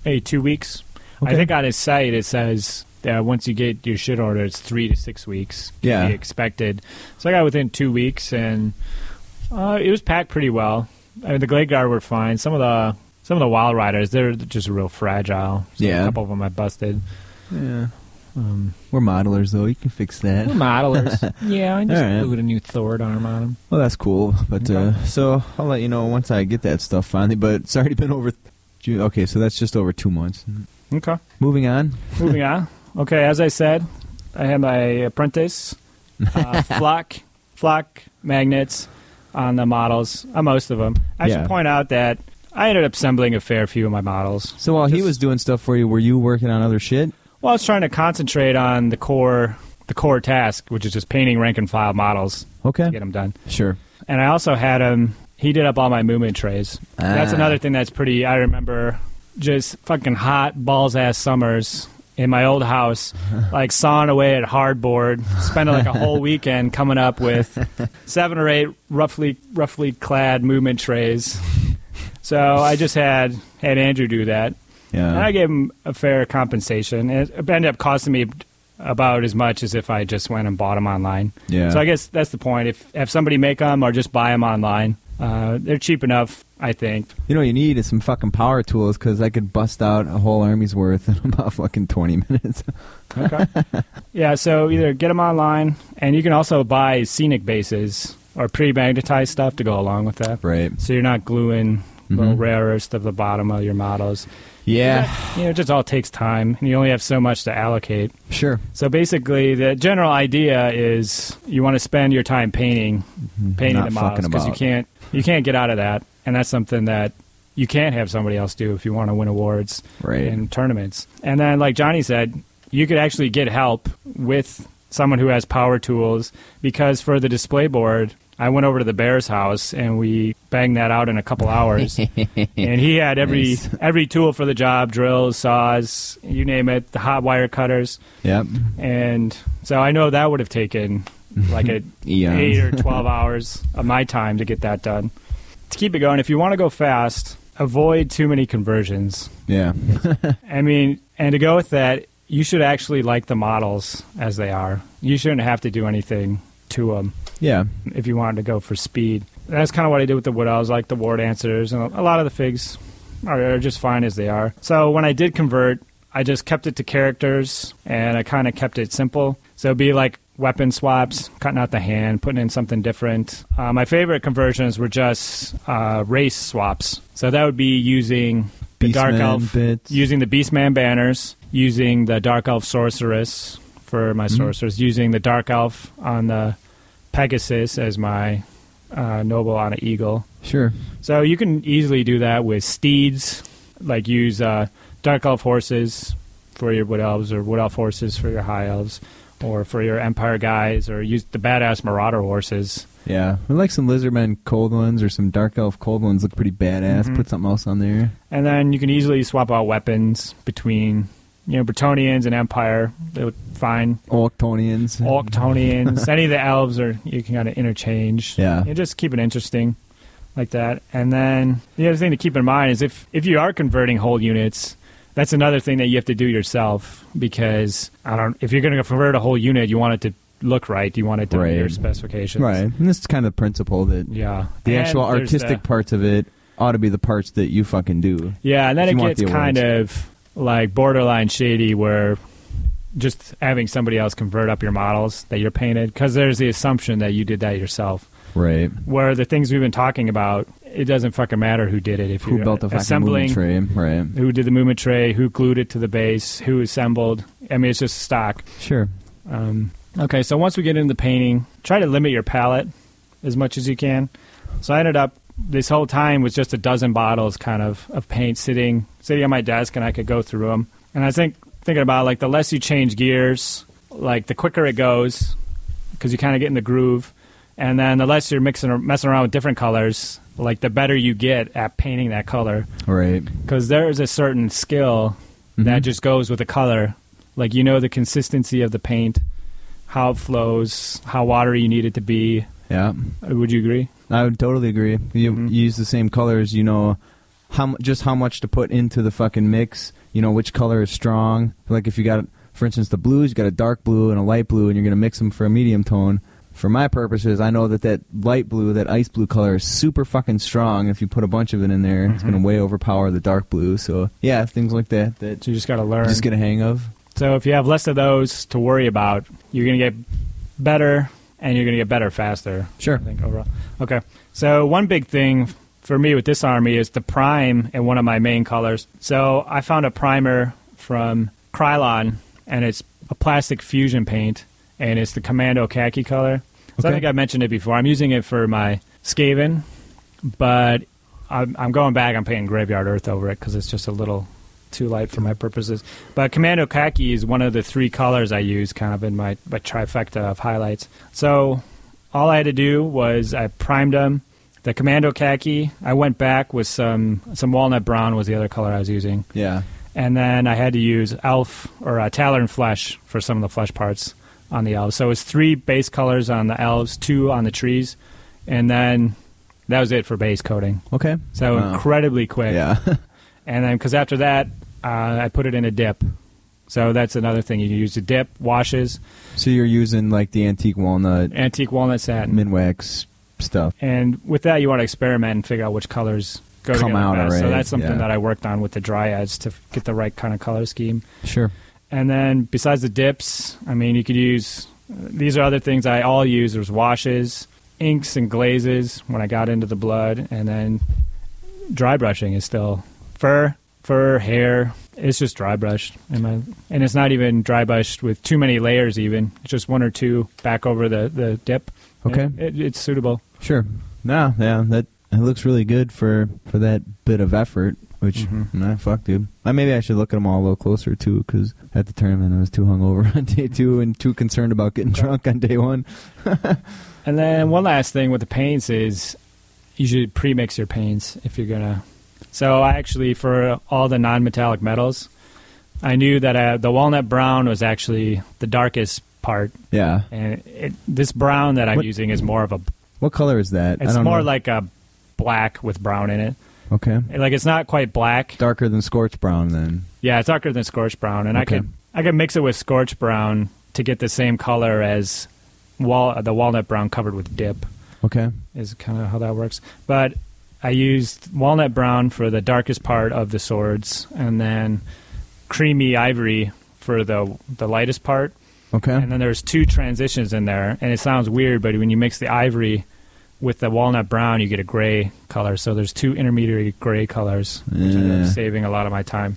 maybe two weeks. I Okay. think on his site it says that once you get your shit order, it's three to six weeks. to Yeah. be expected. So I got within two weeks, and uh, it was packed pretty well. I mean, the Glade Guard were fine. Some of the some of the Wild Riders, they're just real fragile. So Yeah. a couple of them I busted. yeah. Um, We're modelers, though. You can fix they're that. modelers, yeah. I just All right. glued a new Thord arm on them. Well, that's cool. But Okay. uh, so I'll let you know once I get that stuff finally. But it's already been over. June. Okay, so that's just over two months. Okay, Moving on. moving on. Okay, as I said, I had my apprentice uh, flock flock magnets on the models, on most of them. I Yeah. should point out that I ended up assembling a fair few of my models. So while he Just- was doing stuff for you, were you working on other shit? Well, I was trying to concentrate on the core the core task, which is just painting rank and file models to get Okay. them done. Sure. And I also had him. He did up all my movement trays. That's Ah. another thing that's pretty. I remember just fucking hot balls ass summers in my old house, like sawing away at hardboard, spending like a whole weekend coming up with seven or eight roughly roughly clad movement trays. So I just had had Andrew do that, and I Yeah. gave him a fair compensation. It ended up costing me about as much as if I just went and bought them online. Yeah. So I guess that's the point. If if somebody make them or just buy them online, uh, they're cheap enough, I think. You know what you need is some fucking power tools because I could bust out a whole army's worth in about fucking 20 minutes. Okay. yeah. So either get them online, and you can also buy scenic bases or pre-magnetized stuff to go along with that. right. So you're not gluing the Mhm. rarest of the bottom of your models. Yeah. You know, it just all takes time, and you only have so much to allocate. Sure. So basically, the general idea is you want to spend your time painting, painting Mm-hmm. Not the models fucking because you about. can't you can't get out of that, and that's something that you can't have somebody else do if you want to win awards Right. and tournaments. And then, like Johnny said, you could actually get help with someone who has power tools because for the display board, I went over to the Bears' house and we banged that out in a couple hours and he had every Nice. every tool for the job drills saws you name it the hot wire cutters Yep. and so i know that would have taken like a Eons. eight or 12 hours of my time to get that done to keep it going if you want to go fast avoid too many conversions Yeah. i mean and to go with that you should actually like the models as they are you shouldn't have to do anything to them Yeah. if you wanted to go for speed. That's kind of what I did with the wood owls, like the ward answers, and a lot of the figs are, are just fine as they are. So when I did convert, I just kept it to characters, and I kind of kept it simple. So it'd be like weapon swaps, cutting out the hand, putting in something different. Uh, my favorite conversions were just uh, race swaps. So that would be using the dark Beastman elf, bits. using the beastman banners, using the dark elf sorceress for my sorceress, using the dark elf on the Pegasus as my uh, noble on an eagle. Sure. So you can easily do that with steeds, like use uh, dark elf horses for your wood elves, or wood elf horses for your high elves, or for your empire guys, or use the badass marauder horses. Yeah. I like some Lizardman cold ones or some Dark Elf cold ones look pretty badass. Mhm. Put something else on there. And then you can easily swap out weapons between, you know, Bretonians and Empire. They look fine. Orktonians. Orktonians, any of the elves, or you can kind of interchange. Yeah. You just keep it interesting like that. And then the other thing to keep in mind is if, if you are converting whole units, that's another thing that you have to do yourself because I don't. If you're going to convert a whole unit, you want it to look right. You want it to Right. meet your specifications. Right. And this is kind of the principle that Yeah. the And actual there's artistic the- parts of it ought to be the parts that you fucking do. Yeah, and then if it you want gets the kind of like borderline shady where just having somebody else convert up your models that you're painted because there's the assumption that you did that yourself. Right. where the things we've been talking about, it doesn't fucking matter who did it. If Who you're built the fucking assembling, movie tray? Right. who did the movement tray, who glued it to the base, who assembled. I mean, it's just stock. Sure. Um, okay, so once we get into painting, try to limit your palette as much as you can. So I ended up this whole time was just a dozen bottles kind of of paint sitting sitting on my desk, and I could go through them. And I think thinking about it, like the less you change gears, like the quicker it goes, because you kind of get in the groove. And then the less you're mixing or messing around with different colors, like the better you get at painting that color Right. because there is a certain skill that Mhm. just goes with the color. Like you know the consistency of the paint, how it flows, how watery you need it to be. Yeah. Uh, Would you agree? I would totally agree. You, Mhm. you use the same colors, you know, how mu- just how much to put into the fucking mix. You know which color is strong. Like if you got, for instance, the blues, you got a dark blue and a light blue, and you're gonna mix them for a medium tone. For my purposes, I know that that light blue, that ice blue color, is super fucking strong. If you put a bunch of it in there, it's gonna way overpower the dark blue. So yeah, things like that that So you just got to learn. you just get a hang of. so if you have less of those to worry about, you're gonna get better, and you're gonna get better faster. Sure. I think overall. Okay. So one big thing for me with this army is the prime in one of my main colors. So I found a primer from Krylon, and it's a plastic fusion paint, and it's the Commando khaki color. So I Okay. think I mentioned it before. I'm using it for my Skaven, but I'm, I'm going back. I'm painting Graveyard Earth over it because it's just a little too light for my purposes. But commando khaki is one of the three colors I use, kind of in my, my trifecta of highlights. So all I had to do was I primed them. The commando khaki, I went back with some some walnut brown was the other color I was using, Yeah. and then I had to use elf or uh, talon flesh for some of the flesh parts on the elves. So it was three base colors on the elves, two on the trees, and then that was it for base coating. Okay. So Wow. incredibly quick. Yeah. And then, because after that, uh, I put it in a dip. So that's another thing you use to dip, washes, So you're using like the antique walnut antique walnut satin. minwax stuff. And with that, you want to experiment and figure out which colors go Come together out best. So alright, that's something yeah. that I worked on with the dryads to f- get the right kind of color scheme. Sure. And then besides the dips, I mean, you could use these are other things I all use. There's washes, inks, and glazes when I got into the blood, and then dry brushing is still fur, fur, hair. It's just dry brushed, and my and it's not even dry brushed with too many layers. Even it's just one or two back over the the dip. Okay. And it, it's suitable. Sure. No, yeah, that it looks really good for for that bit of effort. Which Mhm. nah, fuck, dude. Uh, maybe I should look at them all a little closer too, because at the tournament I was too hungover on day two and too concerned about getting drunk on day one. And then one last thing with the paints is you should pre-mix your paints if you're gonna. So I actually for all the non-metallic metals, I knew that uh the walnut brown was actually the darkest part, Yeah. and it, this brown that I'm What- using is more of a. What color is that? I It's don't more know. like a black with brown in it. okay, Like it's not quite black. darker than scorch brown then. Yeah, it's darker than scorch brown, and Okay. I could I could mix it with scorch brown to get the same color as wall the walnut brown covered with dip. Okay. is kind of how that works. But I used walnut brown for the darkest part of the swords, and then creamy ivory for the the lightest part. Okay. And then there's two transitions in there, and it sounds weird, but when you mix the ivory with the walnut brown, you get a gray color. So there's two intermediary gray colors, which ended Yeah. up saving a lot of my time.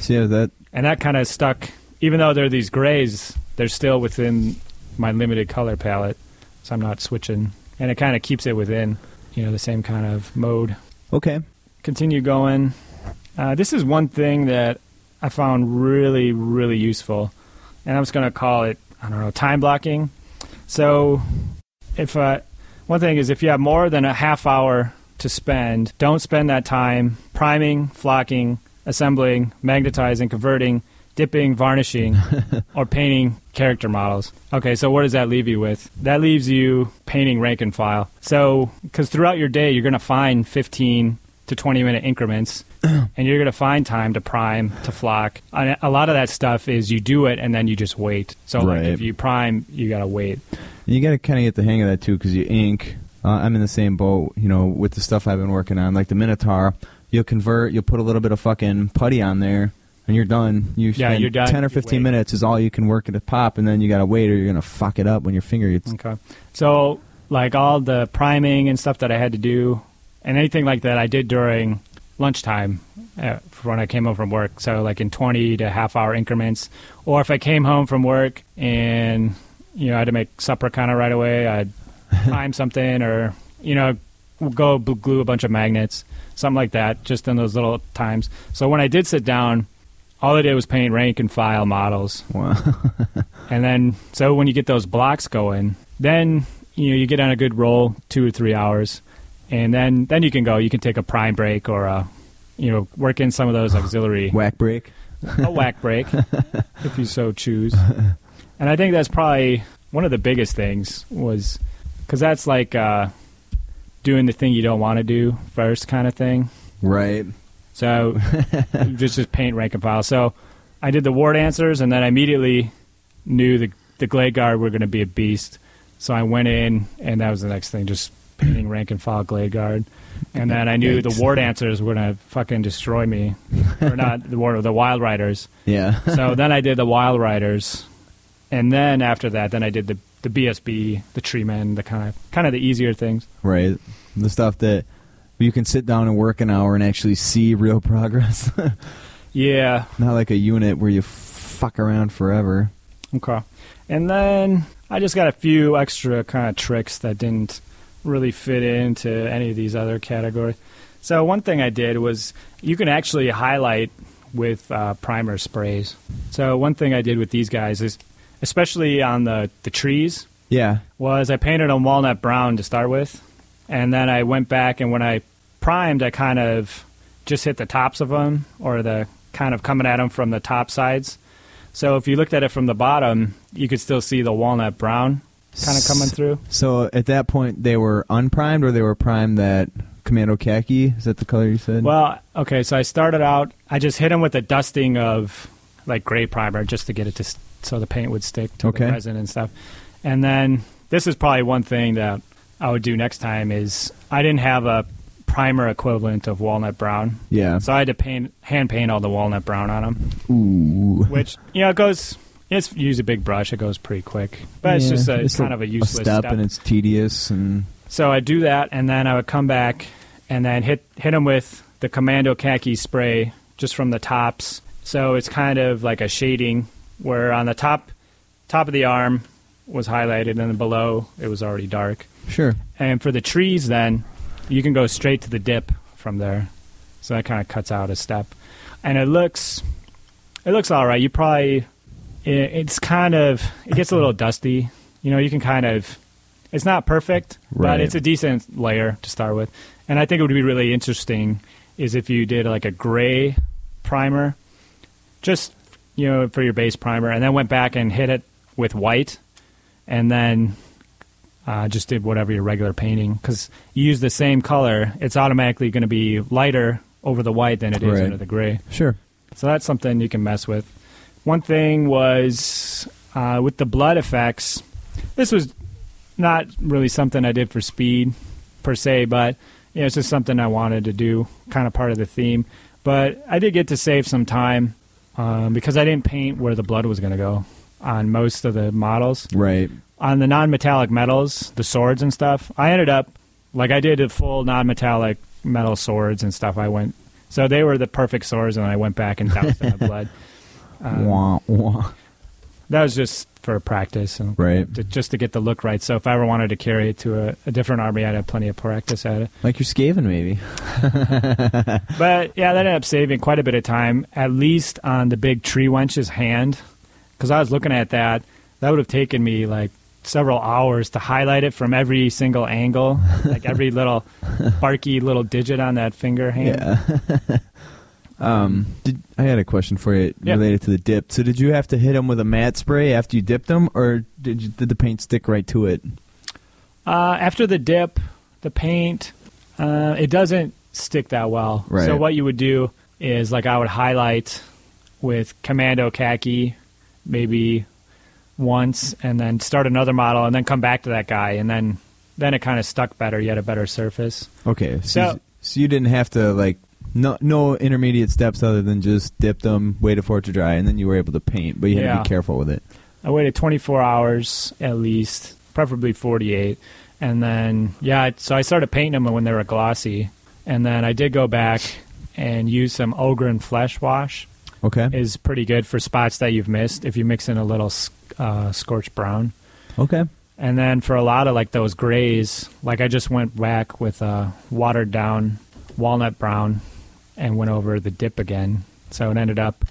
so yeah, that And that kind of stuck. Even though they're these grays, they're still within my limited color palette, so I'm not switching. And it kind of keeps it within, you know, the same kind of mode. okay. Continue going. Uh, this is one thing that I found really, really useful, and I'm just going to call it, I don't know, time blocking. So, if uh, one thing is, if you have more than a half hour to spend, don't spend that time priming, flocking, assembling, magnetizing, converting, dipping, varnishing, or painting character models. Okay, so what does that leave you with? That leaves you painting rank and file. So, because throughout your day, you're going to find 15 to 20 minute increments, and you're going to find time to prime, to flock. And a lot of that stuff is you do it and then you just wait. So, Right. like if you prime, you got to wait. You got to kind of get the hang of that too, because you ink. Uh, I'm in the same boat, you know, with the stuff I've been working on, like the Minotaur. You'll convert, you'll put a little bit of fucking putty on there, and you're done. You Yeah, spend you're done. ten or You fifteen wait. minutes is all you can work at a pop, and then you got to wait, or you're gonna fuck it up when your finger. Gets, Okay. So, like all the priming and stuff that I had to do, and anything like that I did during lunchtime uh, when I came home from work. So, like in 20 to half hour increments. Or if I came home from work and, you know, I had to make supper kind of right away, I'd prime something or, you know, go b- glue a bunch of magnets, something like that, just in those little times. So, when I did sit down, all I did was paint rank and file models. Wow. And then, so when you get those blocks going, then you know you get on a good roll, two or three hours, and then then you can go. You can take a prime break or a, you know, work in some of those auxiliary whack break. a whack break if you so choose. And I think that's probably one of the biggest things was because that's like uh, doing the thing you don't want to do first kind of thing. Right. So just just paint rank and file. So I did the ward answers, and then I immediately knew the the glade guard were going to be a beast. So I went in, and that was the next thing, just painting rank and file glade guard. And then I knew Yikes. the ward answers were going to fucking destroy me, or not the ward, the wild riders. Yeah. So then I did the wild riders, and then after that, then I did the the BSB, the tree men, the kind of kind of the easier things. right. The stuff that you can sit down and work an hour and actually see real progress, Yeah, not like a unit where you fuck around forever. Okay. And then I just got a few extra kind of tricks that didn't really fit into any of these other categories. So one thing I did was you can actually highlight with uh, primer sprays. So one thing I did with these guys is, especially on the the trees, Yeah. was I painted them walnut brown to start with, and then I went back and when I primed, I kind of just hit the tops of them or the kind of coming at them from the top sides. So if you looked at it from the bottom, you could still see the walnut brown kind of coming S- through. So at that point, they were unprimed or they were primed that commando khaki? Is that the color you said? Well, okay, so I started out. I just hit him with a dusting of like gray primer just to get it to s- so the paint would stick to Okay. the resin and stuff. And then this is probably one thing that I would do next time is I didn't have a primer equivalent of walnut brown, yeah. so I had to paint hand paint all the walnut brown on them, Ooh. which you know it goes. It's you use a big brush; it goes pretty quick, but it's Yeah, just a, it's kind of a useless step, and it's tedious and so I do that, and then I would come back and then hit hit him with the Commando khaki spray just from the tops. So it's kind of like a shading where on the top top of the arm was highlighted, and then below it was already dark. sure. And for the trees, then you can go straight to the dip from there. So that kind of cuts out a step, and it looks it looks all right. You probably it, it's kind of it gets a little dusty. You know, you can kind of it's not perfect, Right. but it's a decent layer to start with. And I think it would be really interesting is if you did like a gray primer, just you know for your base primer, and then went back and hit it with white, and then uh, just did whatever your regular painting because you use the same color, it's automatically going to be lighter over the white than it is Right. under the gray. Sure. So that's something you can mess with. One thing was uh, with the blood effects. This was not really something I did for speed per se, but you know, it's just something I wanted to do, kind of part of the theme. But I did get to save some time um, because I didn't paint where the blood was going to go on most of the models Right. on the non-metallic metals, the swords and stuff, I ended up like I did a full non-metallic metal swords and stuff. I went so they were the perfect swords, and I went back and doused them in blood. Um, wah, wah. That was just for practice and Right. to, just to get the look right. So if I ever wanted to carry it to a, a different army, I'd have plenty of practice at it. Like you're scaven, maybe. But yeah, that ended up saving quite a bit of time, at least on the big tree wench's hand, because I was looking at that. That would have taken me like several hours to highlight it from every single angle, like every little barky little digit on that finger hand. Yeah. um, did, I had a question for you Yeah. related to the dip. So, did you have to hit them with a matte spray after you dipped them, or did you, did the paint stick right to it? Uh, after the dip, the paint, uh, it doesn't stick that well. Right. So what you would do is like I would highlight with commando khaki, maybe once, and then start another model, and then come back to that guy, and then then it kind of stuck better. You had a better surface. Okay. So, So- so you didn't have to like no no intermediate steps other than just dip them, waited for it to dry, and then you were able to paint. But you had to Yeah. be careful with it. I waited 24 hours at least, preferably 48. And then, yeah, I- so I started painting them when they were glossy. And then I did go back and use some ogre and flesh wash. Okay. Is pretty good for spots that you've missed if you mix in a little s- uh, scorched brown. okay. And then for a lot of like those grays, like I just went back with a watered down walnut brown and went over the dip again. So it ended up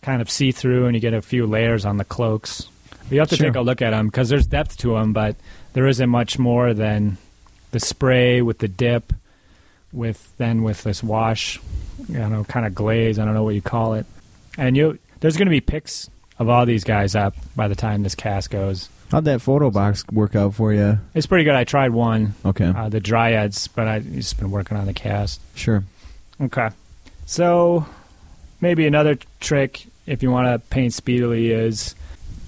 kind of see through, and you get a few layers on the cloaks. You have to Sure. take a look at them because there's depth to them, but there isn't much more than the spray with the dip, with then with this wash, you know, kind of glaze. I don't know what you call it. And you, there's going to be pics of all these guys up by the time this cast goes. How'd that photo box work out for you? It's pretty good. I tried one, Okay. uh, the Dryads, but I just been working on the cast. sure. Okay. So maybe another trick if you want to paint speedily is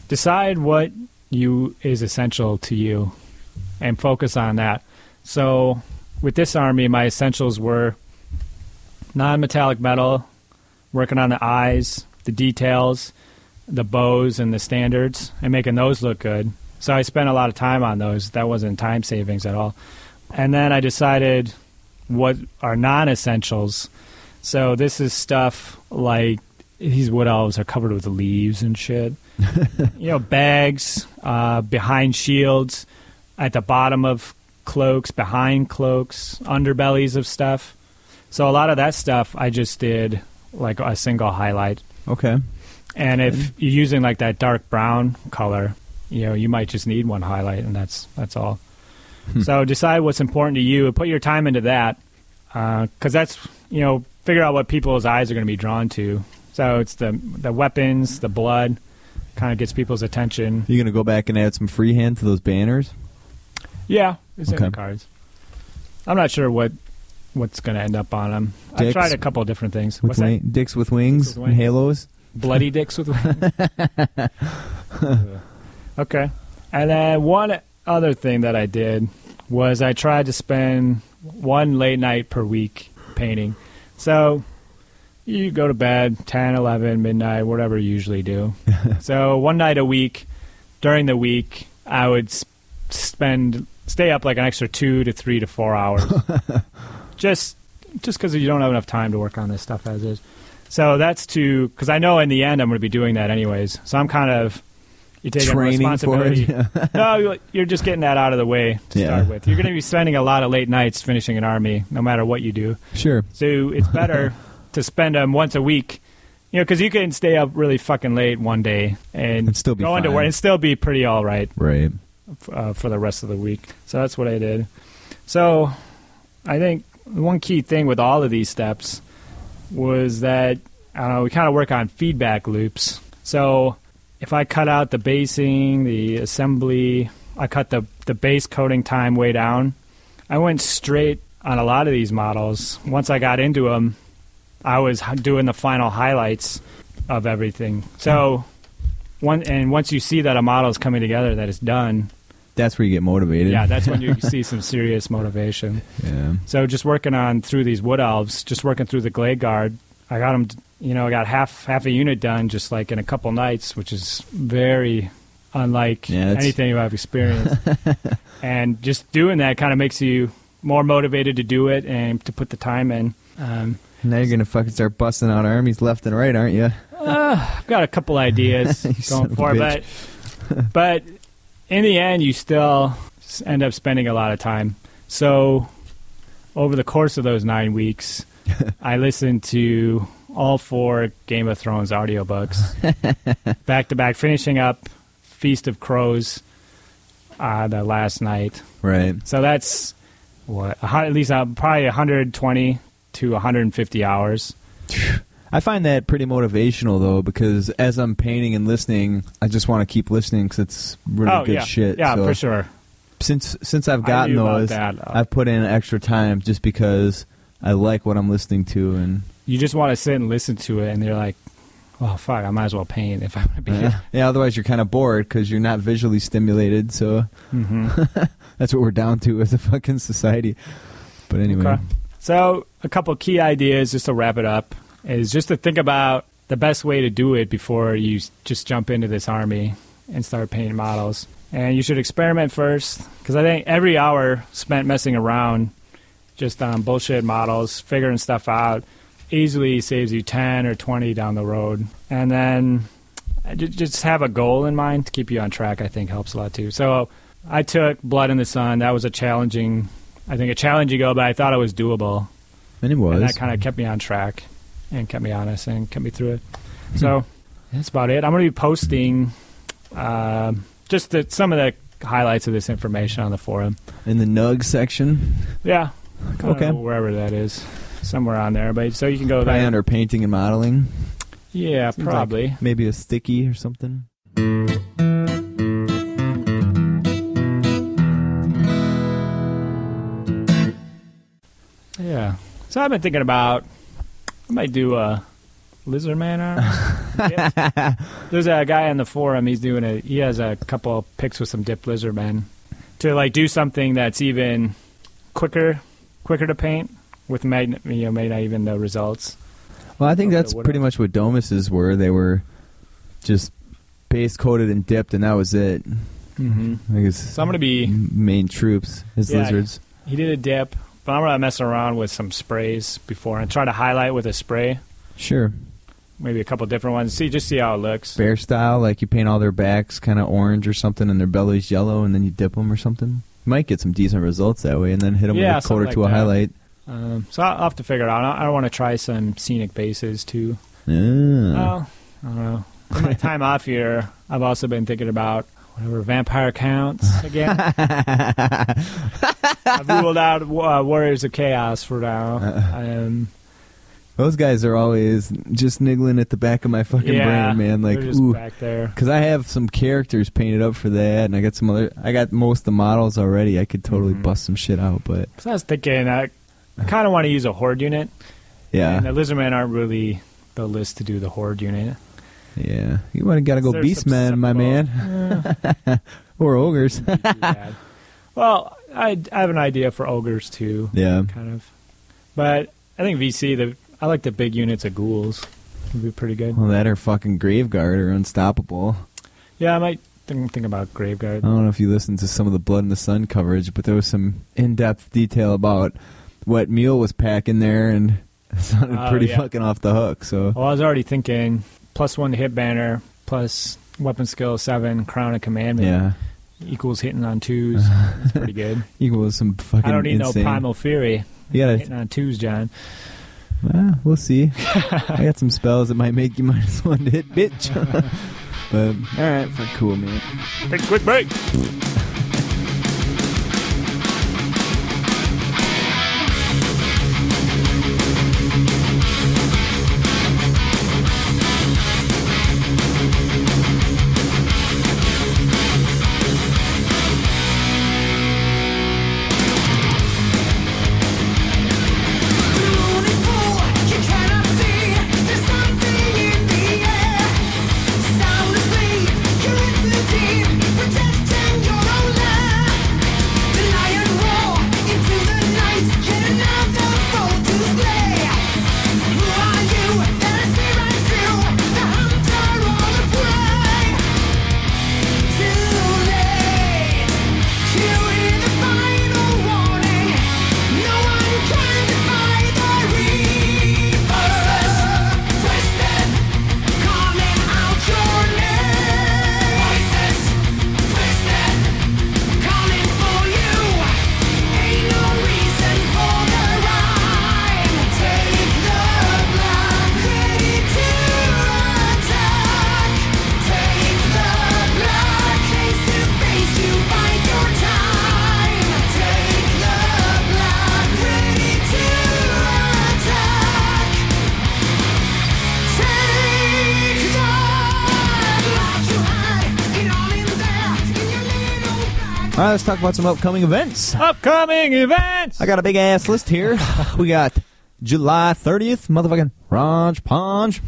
decide what you is essential to you and focus on that. So with this army, my essentials were non-metallic metal, working on the eyes, the details, the bows and the standards and making those look good. So I spent a lot of time on those. That wasn't time savings at all. And then I decided what are non-essentials. So this is stuff like these wood elves are covered with leaves and shit. you know, bags uh, behind shields, at the bottom of cloaks, behind cloaks, underbellies of stuff. So a lot of that stuff I just did like a single highlight. Okay. And Mm-hmm. if you're using like that dark brown color, you know, you might just need one highlight, and that's that's all. Hmm. So decide what's important to you and put your time into that, because that's you know, figure out what people's eyes are going to be drawn to. So it's the the weapons, the blood, kind of gets people's attention. You gonna go back and add some freehand to those banners? Yeah, it's in Okay. the cards. I'm not sure what what's going to end up on them. I Dicks tried a couple different things. With What's wing, that? dicks with wings, Dicks with and wings. halos. Bloody dicks with wings. Ugh. okay, and then one other thing that I did was I tried to spend one late night per week painting. So you go to bed 10, 11, midnight, whatever you usually do. so one night a week during the week, I would s- spend stay up like an extra two to three to four hours, just just because you don't have enough time to work on this stuff as is. So that's to because I know in the end I'm going to be doing that anyways. So I'm kind of you take Training for responsibility. it. no, you- you're just getting that out of the way to Yeah. start with. You're going to be spending a lot of late nights finishing an army, no matter what you do. sure. So it's better to spend them once a week, you know, because you can stay up really fucking late one day and And still be go into fine. work and still be pretty all right Right. uh, for the rest of the week. So that's what I did. So I think one key thing with all of these steps was that I don't know, we kind of work on feedback loops. So if I cut out the basing, the assembly, I cut the, the base coating time way down. I went straight on a lot of these models. Once I got into them, I was h- doing the final highlights of everything. So one and once you see that a model is coming together, that it's done, That's where you get motivated. yeah, that's when you see some serious motivation. Yeah. So just working on through these wood elves, just working through the glade guard. I got them, you know, I got half half a unit done just like in a couple nights, which is very unlike Yeah, it's- anything I've experienced. and just doing that kind of makes you more motivated to do it and to put the time in. Um, Now you're gonna fucking start busting out armies left and right, aren't you? I've got a couple ideas You son of going for, a bitch. it, but but in the end, you still s- end up spending a lot of time. So over the course of those nine weeks, I listened to all four Game of Thrones audiobooks back to back, finishing up Feast of Crows uh, the last night. Right. So that's what a hun- at least uh, probably 120 to 150 hours. I find that pretty motivational though, because as I'm painting and listening, I just want to keep listening because it's really oh good yeah, shit. yeah, so for sure. Since since I've I gotten knew about those, that. uh, I've put in extra time just because I like what I'm listening to, and you just want to sit and listen to it, and they're like, "Oh fuck, I might as well paint if I'm gonna be here." uh, yeah. Otherwise, you're kind of bored because you're not visually stimulated. So hmm that's what we're down to as a fucking society. But anyway, Okay. So a couple key ideas, just to wrap it up, is just to think about the best way to do it before you s- just jump into this army and start painting models. And you should experiment first, because I think every hour spent messing around just on bullshit models, figuring stuff out, easily saves you 10 or 20 down the road. And then uh, ju- just have a goal in mind to keep you on track, I think helps a lot too. So I took Blood in the Sun. That was a challenging, I think a challenging goal, but I thought it was doable. and it was And that kind of kept me on track and kept me honest and kept me through it. Hmm. So that's about it. I'm going to be posting um just the, some of the highlights of this information on the forum. in the nug section, Yeah. I don't Okay. know wherever that is. Somewhere on there. But so you can go probably there. under painting and modeling, Yeah, Seems like- probably. maybe a sticky or something. Yeah. So I've been thinking about I might do a lizard man arm. Dip. There's a guy on the forum. He's doing a he has a couple of picks with some dipped lizard men to like do something that's even quicker, quicker to paint with mag you know maybe not even the results. Well, I think Okay, that's what pretty else? much what Domus's were. They were just base coated and dipped, and that was it. Mm-hmm. I think it's So I'm gonna be main troops as Yeah. lizards. he did a dip, but I'm gonna mess around with some sprays before and try to highlight with a spray. Sure, Maybe a couple different ones. See, just see how it looks. bear style, like you paint all their backs kind of orange or something, and their bellies yellow, and then you dip them or something. You might get some decent results that way, and then hit them Yeah, with a coat something or like two of that. highlight. Um, so I'll, I'll have to figure it out. I, I want to try some scenic bases too. Ah. Well, I don't know. In my time off here, I've also been thinking about whatever vampire counts again. I've ruled out uh, Warriors of Chaos for now. Uh, Um, Those guys are always just niggling at the back of my fucking yeah, brain, man. Like, they're just ooh, back there. because I have some characters painted up for that, and I got some other. I got most of the models already. I could totally Mhm. bust some shit out, but So I was thinking, I, I kind of want to use a horde unit. yeah, And the Lizardmen aren't really the list to do the horde unit. yeah. You want to gotta go They're beastman, my susceptible. man, Eh. or ogres. too bad. Well, I, I have an idea for ogres too, yeah, kind of. But I think VC, the I like the big units of ghouls. Would be pretty good. well, that or fucking graveguard or unstoppable. Yeah, I might think, think about graveguard. I don't know if you listened to some of the Blood in the Sun coverage, but there was some in-depth detail about what Mule was packing there, and it sounded Oh, pretty yeah. Oh, fucking off the hook. So Well, I was already thinking plus one to hit banner, plus weapon skill seven, crown of commandment yeah, equals hitting on twos. That's pretty good. equals some fucking. I don't need insane. no primal fury You hitting gotta. on twos, John. Ah, Well, we'll see. I got some spells that might make you minus one to hit, bitch. but all right, for cool, man. Take a quick break. All right, let's talk about some upcoming events. Upcoming events. I got a big ass list here. we got July 30th, motherfucking Ranch Punch.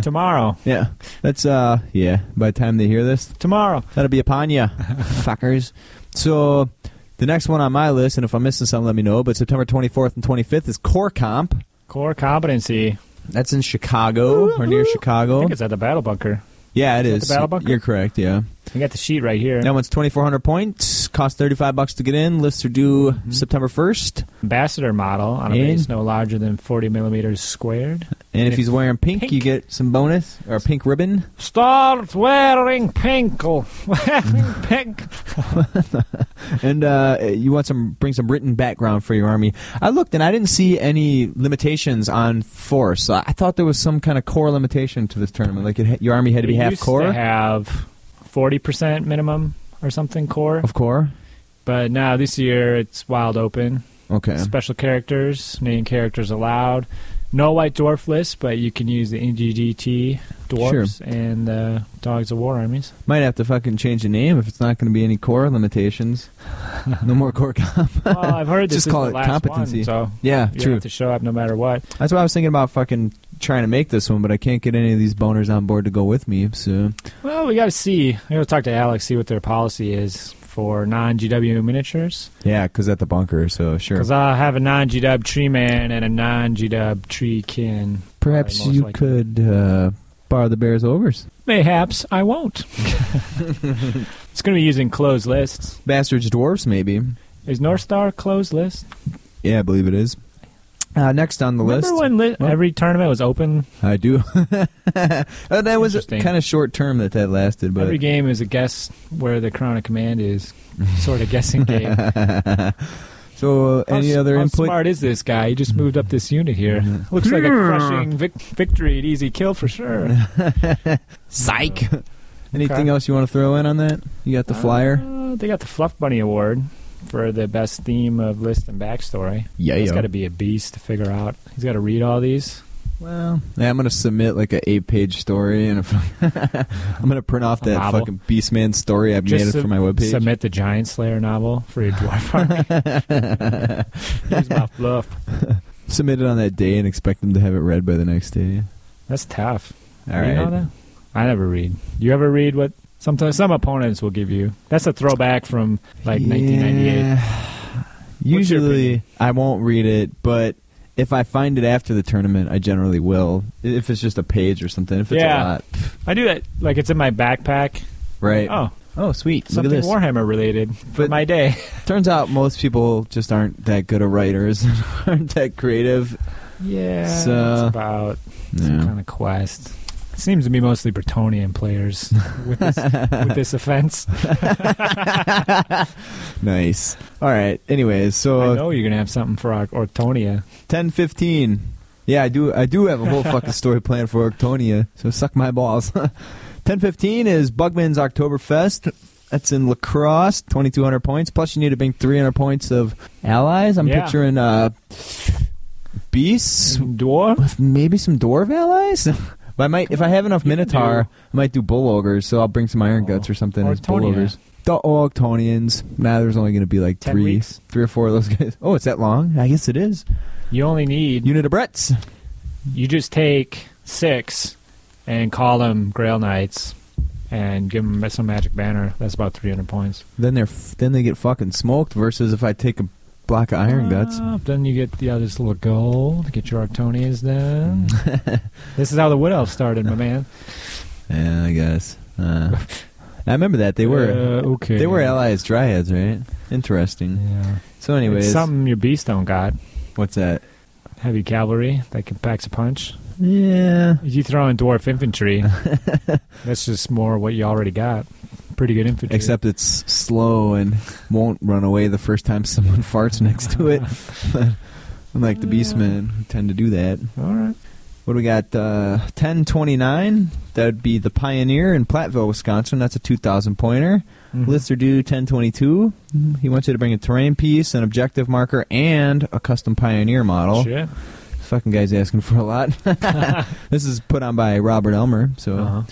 tomorrow. Yeah, that's uh, yeah. By the time they hear this, Tomorrow. That'll be upon ya, fuckers. So, the next one on my list, and if I'm missing something, let me know. But September 24th and 25th is Core Comp. Core competency. That's in Chicago or near I Chicago. think it's at the battle bunker. Yeah, it is that is. the Battle Bunker? You're correct. Yeah, We got the sheet right here. that one's 2,400 points. Costs 35 bucks to get in. Lists are due September 1st. Ambassador model on a And- base no larger than 40 millimeters squared. And if if he's wearing pink, pink- you get some bonus or a pink ribbon. Start wearing pinkle. Wearing pink. and uh, you want some bring some written background for your army. I looked and I didn't see any limitations on force. I I thought there was some kind of core limitation to this tournament, like it, ha- your army had to be We half used core to have 40% minimum or something core. of core. But now this year it's wild open. Okay, Special characters, name characters allowed. No white dwarf list, but you can use the NGDT dwarfs and uh, Dogs of War armies. might have to fucking change the name if it's not going to be any core limitations. no more core. co- Well, I've heard this Just is call the it last competency. one, so yeah, you true. have to show up no matter what. That's why I was thinking about fucking trying to make this one, but I can't get any of these boners on board to go with me. So Well, we got to see. I got to talk to Alex, see what their policy is for non GW miniatures. yeah, because at the bunker, so sure. Because I have a non GW tree man and a non GW tree kin. Perhaps Probably most you likely. could uh, borrow the bears overs. Mayhaps I won't. it's going to be using closed lists. Bastards Dwarves, maybe. Is North Star closed list? Yeah, I believe it is. Uh, next on the Remember list, when li- Well- every tournament was open? I do. Uh, that was Interesting. kind of short term that that lasted, but every game is a guess where the Crown of Command is. Sort of guessing game. So, How uh, any s- other how input? Mm-hmm. Hmm. smart is this guy? He just moved up this unit here. Looks like a crushing vic- victory, an easy kill for sure. Psych. Anything Okay. else you want to throw in on that? You got the flyer? Uh, they got the Fluff Bunny Award for the best theme of list and backstory. Yeah, He's got to be a beast to figure out. He's got to read all these. Well, yeah, I'm gonna submit like a eight-page story, and a fuck- I'm gonna print off A that novel. fucking Beastman story I've made sub- for my webpage. Submit the Giant Slayer novel for your dwarf army. Here's my fluff. Submit it on that day and expect them to have it read by the next day. That's tough. All Read all right. that? I never read. You ever read what? Sometimes some opponents will give you. That's a throwback from like 1998. Yeah. Usually, opinion? I won't read it, but if I find it after the tournament, I generally will. If it's just a page or something, if it's Yeah. a lot, pff, I do that. Like it's in my backpack. right? Oh, oh, sweet! Look at something this. Warhammer related for But- my day. Turns out most people just aren't that good of writers, aren't that creative. Yeah, So- it's about some No. kind of quest. It seems to be mostly Bretonian players with this, with this offense. nice. All right. Anyways, I so know you're gonna have something for Ar- Ortonia. ten fifteen. Yeah, I do. I do have a whole fucking story planned for Octonia. So suck my balls. ten fifteen is Bugman's Oktoberfest. That's in Lacrosse. Twenty two hundred points. Plus, you need to bring three hundred points of allies. I'm Yeah. picturing uh, beasts Dwarf. with maybe some dwarf allies. But I might, if I have enough You can Minotaur, do- I might do bull ogres. So I'll bring some iron Oh. guts or something Or as bull Tonia. ogres. The Octonians. Nah, there's only going to be like Ten three, weeks. three or four of those guys. Oh, it's that long? I guess it is. You only need Unit of Bretts. you just take six and call them Grail Knights and give them some magic banner. That's about 300 points. Then they're f- then they get fucking smoked. Versus if I take a block of iron guts. Uh, Then you get the others little gold. Get your Arctonians done. this is how the Wood Elf started, my man. Yeah, I guess. Uh, I remember that they were Uh, okay. they were allies, dryads, right? Interesting. Yeah. So, anyways, It's something your beast don't got. what's that? Heavy cavalry that can packs a punch. Yeah. If you throw in dwarf infantry, that's just more what you already got. Pretty good infantry. Except it's slow and won't run away the first time someone farts next to it. Unlike the Uh. Beastmen, who tend to do that. all right. What do we got? Uh, 1029. That would be the Pioneer in Platteville, Wisconsin. That's a 2,000 pointer. Mhm. Lister do 1022. He wants you to bring a terrain piece, an objective marker, and a custom Pioneer model. Shit. This fucking guy's asking for a lot. this is put on by Robert Elmer, so Uh-huh.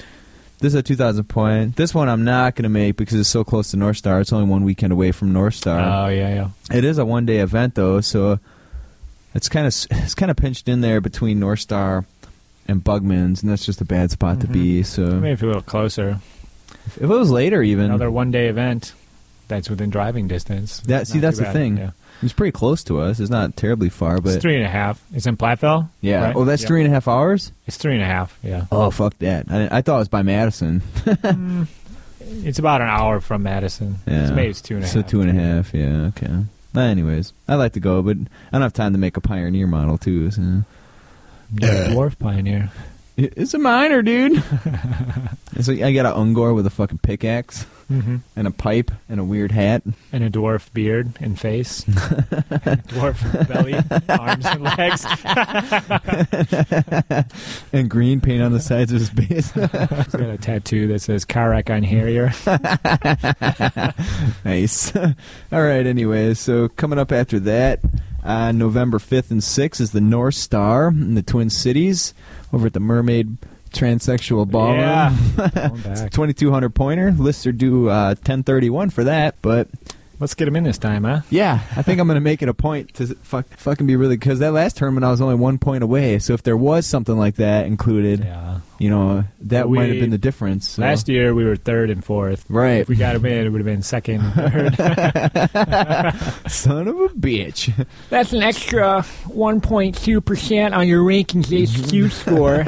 this is a 2,000 point. This one I'm not going to make because it's so close to North Star. It's only one weekend away from North Star. Oh yeah, yeah. It is a one day event though, so it's kind of it's kind of pinched in there between North Star and Bugman's, and that's just a bad spot to Mhm. be. So Maybe if you're a little closer, if it was later, even another one-day event that's within driving distance. That- see, Not that's too the bad. thing. Yeah. it's pretty close to us. It's not terribly far, but it's three and a half. It's in Platteville. yeah. right? Oh, that's Yeah. three and a half hours. It's three and a half. Yeah. Oh, fuck that! I, I thought it was by Madison. Mm, it's about an hour from Madison. Yeah. It's maybe it's two and a half. so two and a half. Yeah. Okay. Well, Anyways, I like to go, but I don't have time to make a Pioneer model too. So. Yeah, Dwarf pioneer. It- It's a minor, dude. so I got a Ungor with a fucking pickaxe hmm and a pipe and a weird hat. And a dwarf beard and face. dwarf belly, arms and legs. and green paint on the sides of his base. He's got a tattoo that says Karak on Harrier. nice. All right, anyways, so coming up after that, uh, November 5th and 6th is the North Star in the Twin Cities over at the Mermaid Transsexual Ballroom. Yeah. Going back. 2200 pointer. Lists are due uh, 1031 for that, but Let's get him in this time, huh? Yeah, I think I'm going to make it a point to fuck, fucking be really because that last tournament I was only one point away. So if there was something like that included, Yeah. you know, that We- might have been the difference. so- Last year we were third and fourth. right? If we got him in, it would have been second and third. Son of a bitch. That's an extra 1.2% on your rankings HQ score.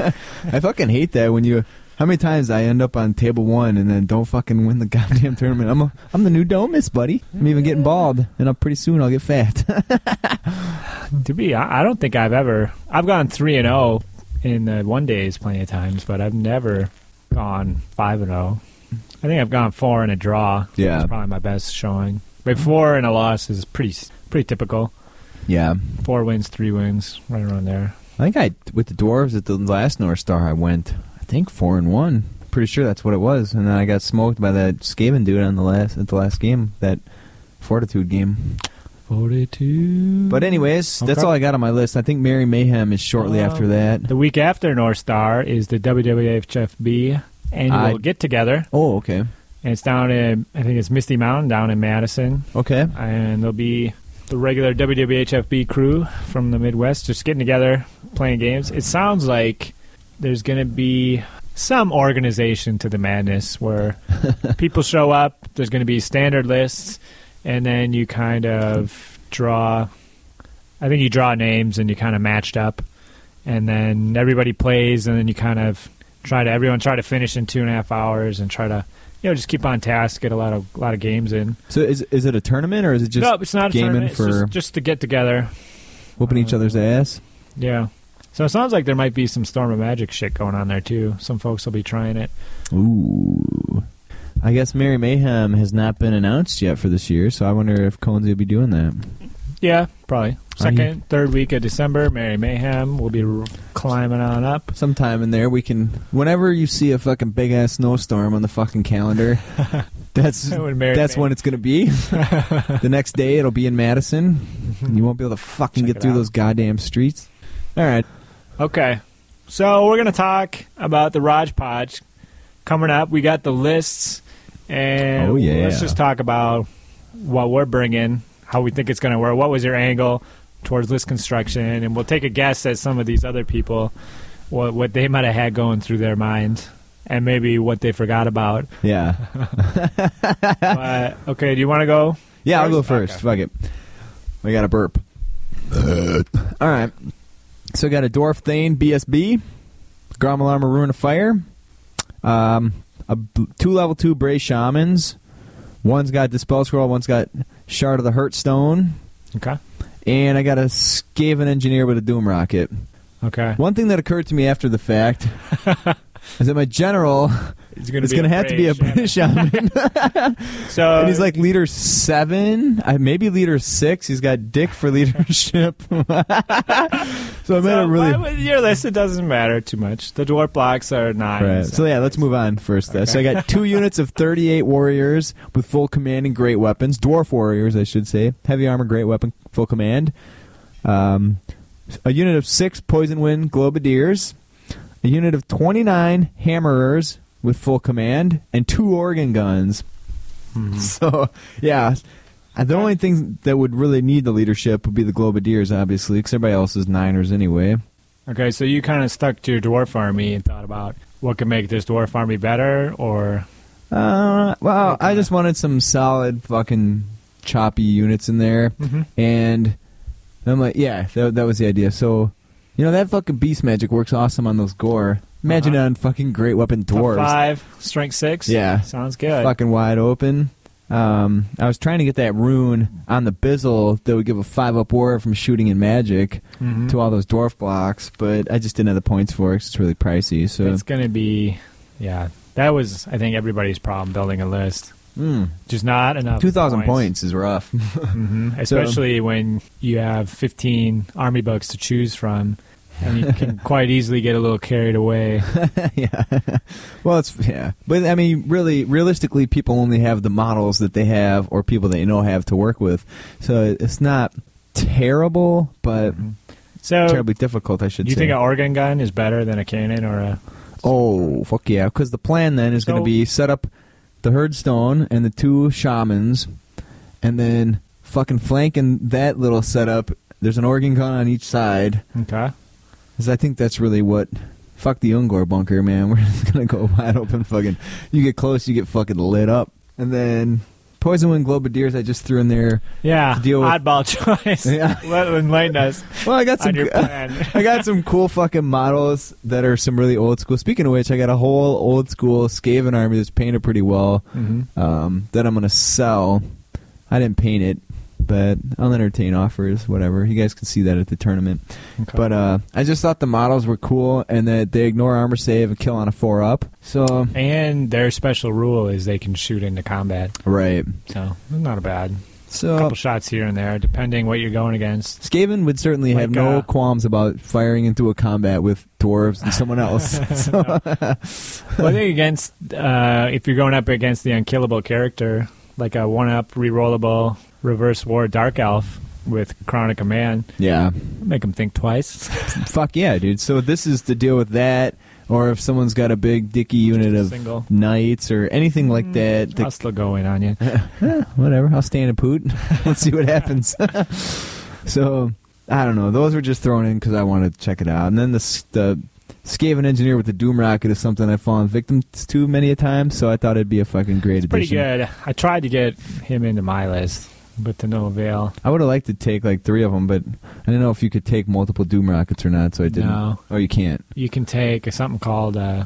I fucking hate that when you. How many times I end up on table one and then don't fucking win the goddamn tournament? I'm a, I'm the new Domus, buddy. I'm even getting bald, and I'll, pretty soon I'll get fat. to be, I I don't think I've ever. I've gone 3 and 0 in the one days plenty of times, but I've never gone 5 and 0. oh. I think I've gone 4 and a draw. Yeah. That's probably my best showing. But four and a loss is pretty pretty typical. Yeah. Four wins, three wins, right around there. I think I with the dwarves at the last North Star I went. I think four and one. Pretty sure that's what it was. And then I got smoked by that Skaven dude on the last at the last game that Fortitude game. Forty-two. But anyways, that's Okay. all I got on my list. I think Mary Mayhem is shortly Um, after that. the week after North Star is the WWFHFB annual I- get together, Oh, okay. and it's down in I think it's Misty Mountain down in Madison, Okay. and there'll be the regular WWHFB crew from the Midwest just getting together playing games. It sounds like there's going to be some organization to the madness where people show up, there's going to be standard lists, and then you kind of draw. I think you draw names and you kind of matched up, and then everybody plays, and then you kind of try to everyone try to finish in two and a half hours and try to you know just keep on task, get a lot of a lot of games in. So is is it a tournament or is it just No, it's not a gaming tournament. for- it's just, just to get together. whooping each other's ass? Yeah. So it sounds like there might be some Storm of Magic shit going on there too. Some folks will be trying it. Ooh. I guess Mary Mayhem has not been announced yet for this year, so I wonder if Cones will be doing that. Yeah, probably Are you- second, third week of December. Merry Mayhem will be r- climbing on up. sometime in there we can whenever you see a fucking big ass snowstorm on the fucking calendar that's When Merry that's May- when it's gonna be the next day it'll be in madison you won't be able to fucking Check get it through out. those goddamn streets all right Okay. So we're going to talk about the Rajpodge coming up. We got the lists. And Oh, yeah. let's just talk about what we're bringing, how we think it's going to work. What was your angle towards list construction? And we'll take a guess at some of these other people, what, what they might have had going through their mind, and maybe what they forgot about. yeah but, okay, do you want to go? yeah i'll go First? first fuck it i got a burp all right so I got a dwarf thane bsb Grom Alarm or Ruin of Fire. Um, a b- two level two Bray Shamans. One's got Dispel Scroll, one's got Shard of the Hurt Stone. Okay. And I got a Skaven Engineer with a Doom Rocket. Okay. One thing that occurred to me after the fact is that my general It's is going to have to be a Bray Shaman. So and he's like leader seven, uh, maybe leader six. He's got Dick for leadership. so I made So a really. why would- your list it doesn't matter too much. The dwarf blocks are nine. Right. So yeah, let's move on first. uh, So I got two units of 38 warriors with full command and great weapons, dwarf warriors, I should say, heavy armor, great weapon, full command. Um, a unit of six poison wind globadiers, a unit of 29 hammerers with full command, and two organ guns. So yeah. uh, The only things that would really need the leadership would be the Globadiers, obviously, because everybody else is Niners anyway. Okay, so you kind of stuck to your dwarf army and thought about what could make this dwarf army better, or Uh, well, I just wanted some solid fucking choppy units in there, Mm-hmm. and I'm like, yeah, that, that was the idea. So, you know, that fucking beast magic works awesome on those gore. Imagine Uh-huh. it on fucking great weapon Top dwarves, five strength six. Yeah. sounds good. fucking wide open. Um, I was trying to get that rune on the bizzle that would give a five up warrior from shooting in magic Mhm. to all those dwarf blocks, but I just didn't have the points for it. 'cause it's really pricey. So, It's gonna be, yeah. That was, I think, everybody's problem building a list. Mm, Just not enough. two thousand points. points is rough. hmm Especially when you have 15 army books to choose from, and you can quite easily get a little carried away. yeah. Well, it's yeah, but I mean, really, realistically, people only have the models that they have or people they know have to work with, so it's not terrible, but Mm-hmm. So, terribly difficult, I should do you say. think an organ gun is better than a cannon or a? oh, fuck yeah! Because the plan then is going So- to be set up the herdstone and the two shamans, and then fucking flanking that little setup. There's an organ gun on each side, Okay. Because I think that's really what. Fuck the Ungor bunker, man. We're just gonna go wide open. Fucking, you get close, you get fucking lit up, and then poison wind globadiers. I just threw in there. Yeah. to deal with- Oddball choice. Yeah. Let enlighten us Well, I got some. on your plan. I got some cool fucking models that are some really old school. Speaking of which, I got a whole old school Skaven army that's painted pretty well. hmm Um, that I'm gonna sell. I didn't paint it, but I'll entertain offers. Whatever. You guys can see that at the tournament. Okay. But uh, I just thought the models were cool and that they ignore armor save and kill on a four up. So and their special rule is they can shoot into combat, right, so not a bad. A So couple shots here and there, depending what you're going against. Skaven would certainly have Like, no uh, qualms about firing into a combat with dwarves and someone else. So- Well, I think against uh, if you're going up against the unkillable character, like a one-up rerollable reverse war dark elf with chronic command, yeah. make them think twice. Fuck yeah, dude. So this is the deal with that, or if someone's got a big dicky unit Just a of single. knights or anything like that. I'll The, still go in on you. whatever, I'll stand and poot. Let's see what happens. so I don't know. Those were just thrown in because I wanted to check it out. And then the s- the Skaven engineer with the doom rocket is something I've fallen victim to many a time. So I thought it'd be a fucking great Pretty addition. good. I tried to get him into my list, but to no avail. I would have liked to take like three of them, but I didn't know if you could take multiple doom rockets or not. So I didn't. No. Oh, you can't. You can take something called uh,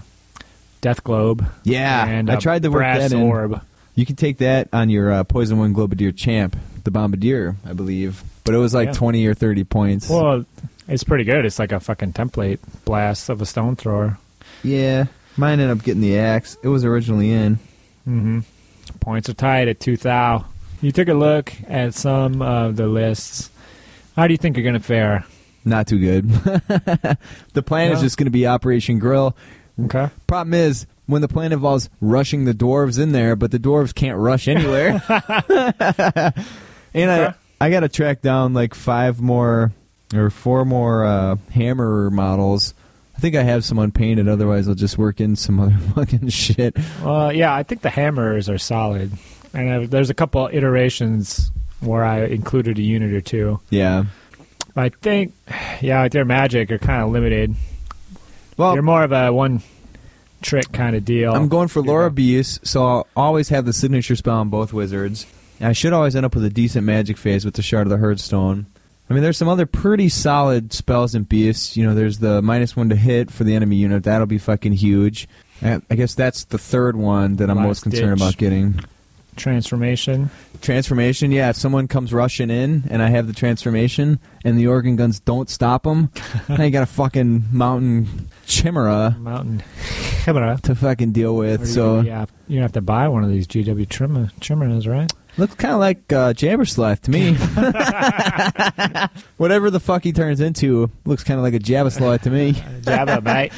Death Globe. Yeah, and I a tried to work brass that in. orb. You can take that on your uh, Poison One Globadier champ, the Bombardier, I believe. But it was like Yeah. 20 or 30 points. Well, it's pretty good. It's like a fucking template blast of a stone thrower. yeah, mine ended up getting the axe. It was originally in. hmm Points are tied at two thou. You took a look at some of the lists. How do you think you're going to fare? Not too good. the plan is No. just going to be Operation Grill. Okay. Problem is, when the plan involves rushing the dwarves in there, but the dwarves can't rush anywhere. and Fair. I, I got to track down like five more or four more uh, hammer models. I think I have some unpainted. Otherwise, I'll just work in some other fucking shit. Well, yeah, I think the hammers are solid, and i there's a couple iterations where I included a unit or two. Yeah. I think, yeah, like their magic are kind of limited. Well, They're more of a one trick kind of deal. Oh. I'm going for Yeah. Laura Bees, so I'll always have the signature spell on both wizards. And I should always end up with a decent magic phase with the Shard of the Herdstone. I mean, there's some other pretty solid spells in Beasts. You know, there's the minus one to hit for the enemy unit. That'll be fucking huge. I I guess that's the third one that I'm Last most concerned ditch. about getting. transformation. Transformation, yeah. If someone comes rushing in and I have the transformation and the organ guns don't stop them, I got a fucking mountain chimera Mountain camera. to fucking deal with. So yeah, you have to buy one of these GW trimmer, trimmers, right? Looks kind of like uh, Jabberslath to me. Whatever the fuck he turns into looks kind of like a Jabberslath to me. Java, mate.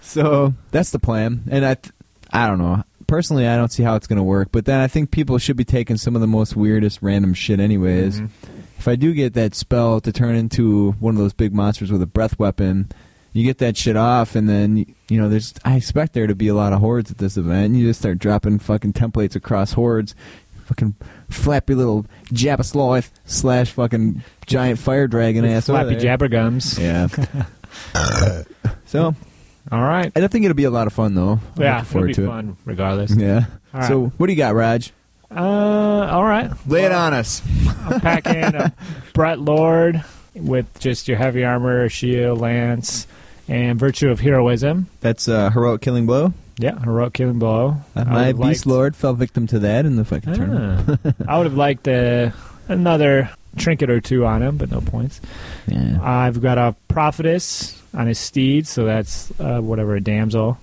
So that's the plan. And I, th- I don't know. Personally, I don't see how it's going to work. But then I think people should be taking some of the most weirdest random shit, anyways. Mhm. If I do get that spell to turn into one of those big monsters with a breath weapon, you get that shit off, and then you know there's. I expect there to be a lot of hordes at this event. You just start dropping fucking templates across hordes, fucking flappy little Jabba slash fucking giant fire dragon ass. over Flappy there. jabber gums. Yeah. so All right. I don't think it'll be a lot of fun though. I'm yeah, looking it'll forward be to it. fun regardless. Yeah. All right. So what do you got, Raj? Uh, all right. Lay it on us. I'll pack in a Brett Lord with just your heavy armor, shield, lance, and virtue of heroism. That's uh, heroic killing blow. Yeah, heroic killing blow. Uh, I my would've liked- beast lord fell victim to that in the fucking tournament. Ah. I would have liked uh, another trinket or two on him, but no points. Yeah. I've got a prophetess on his steed, so that's uh, whatever a damsel.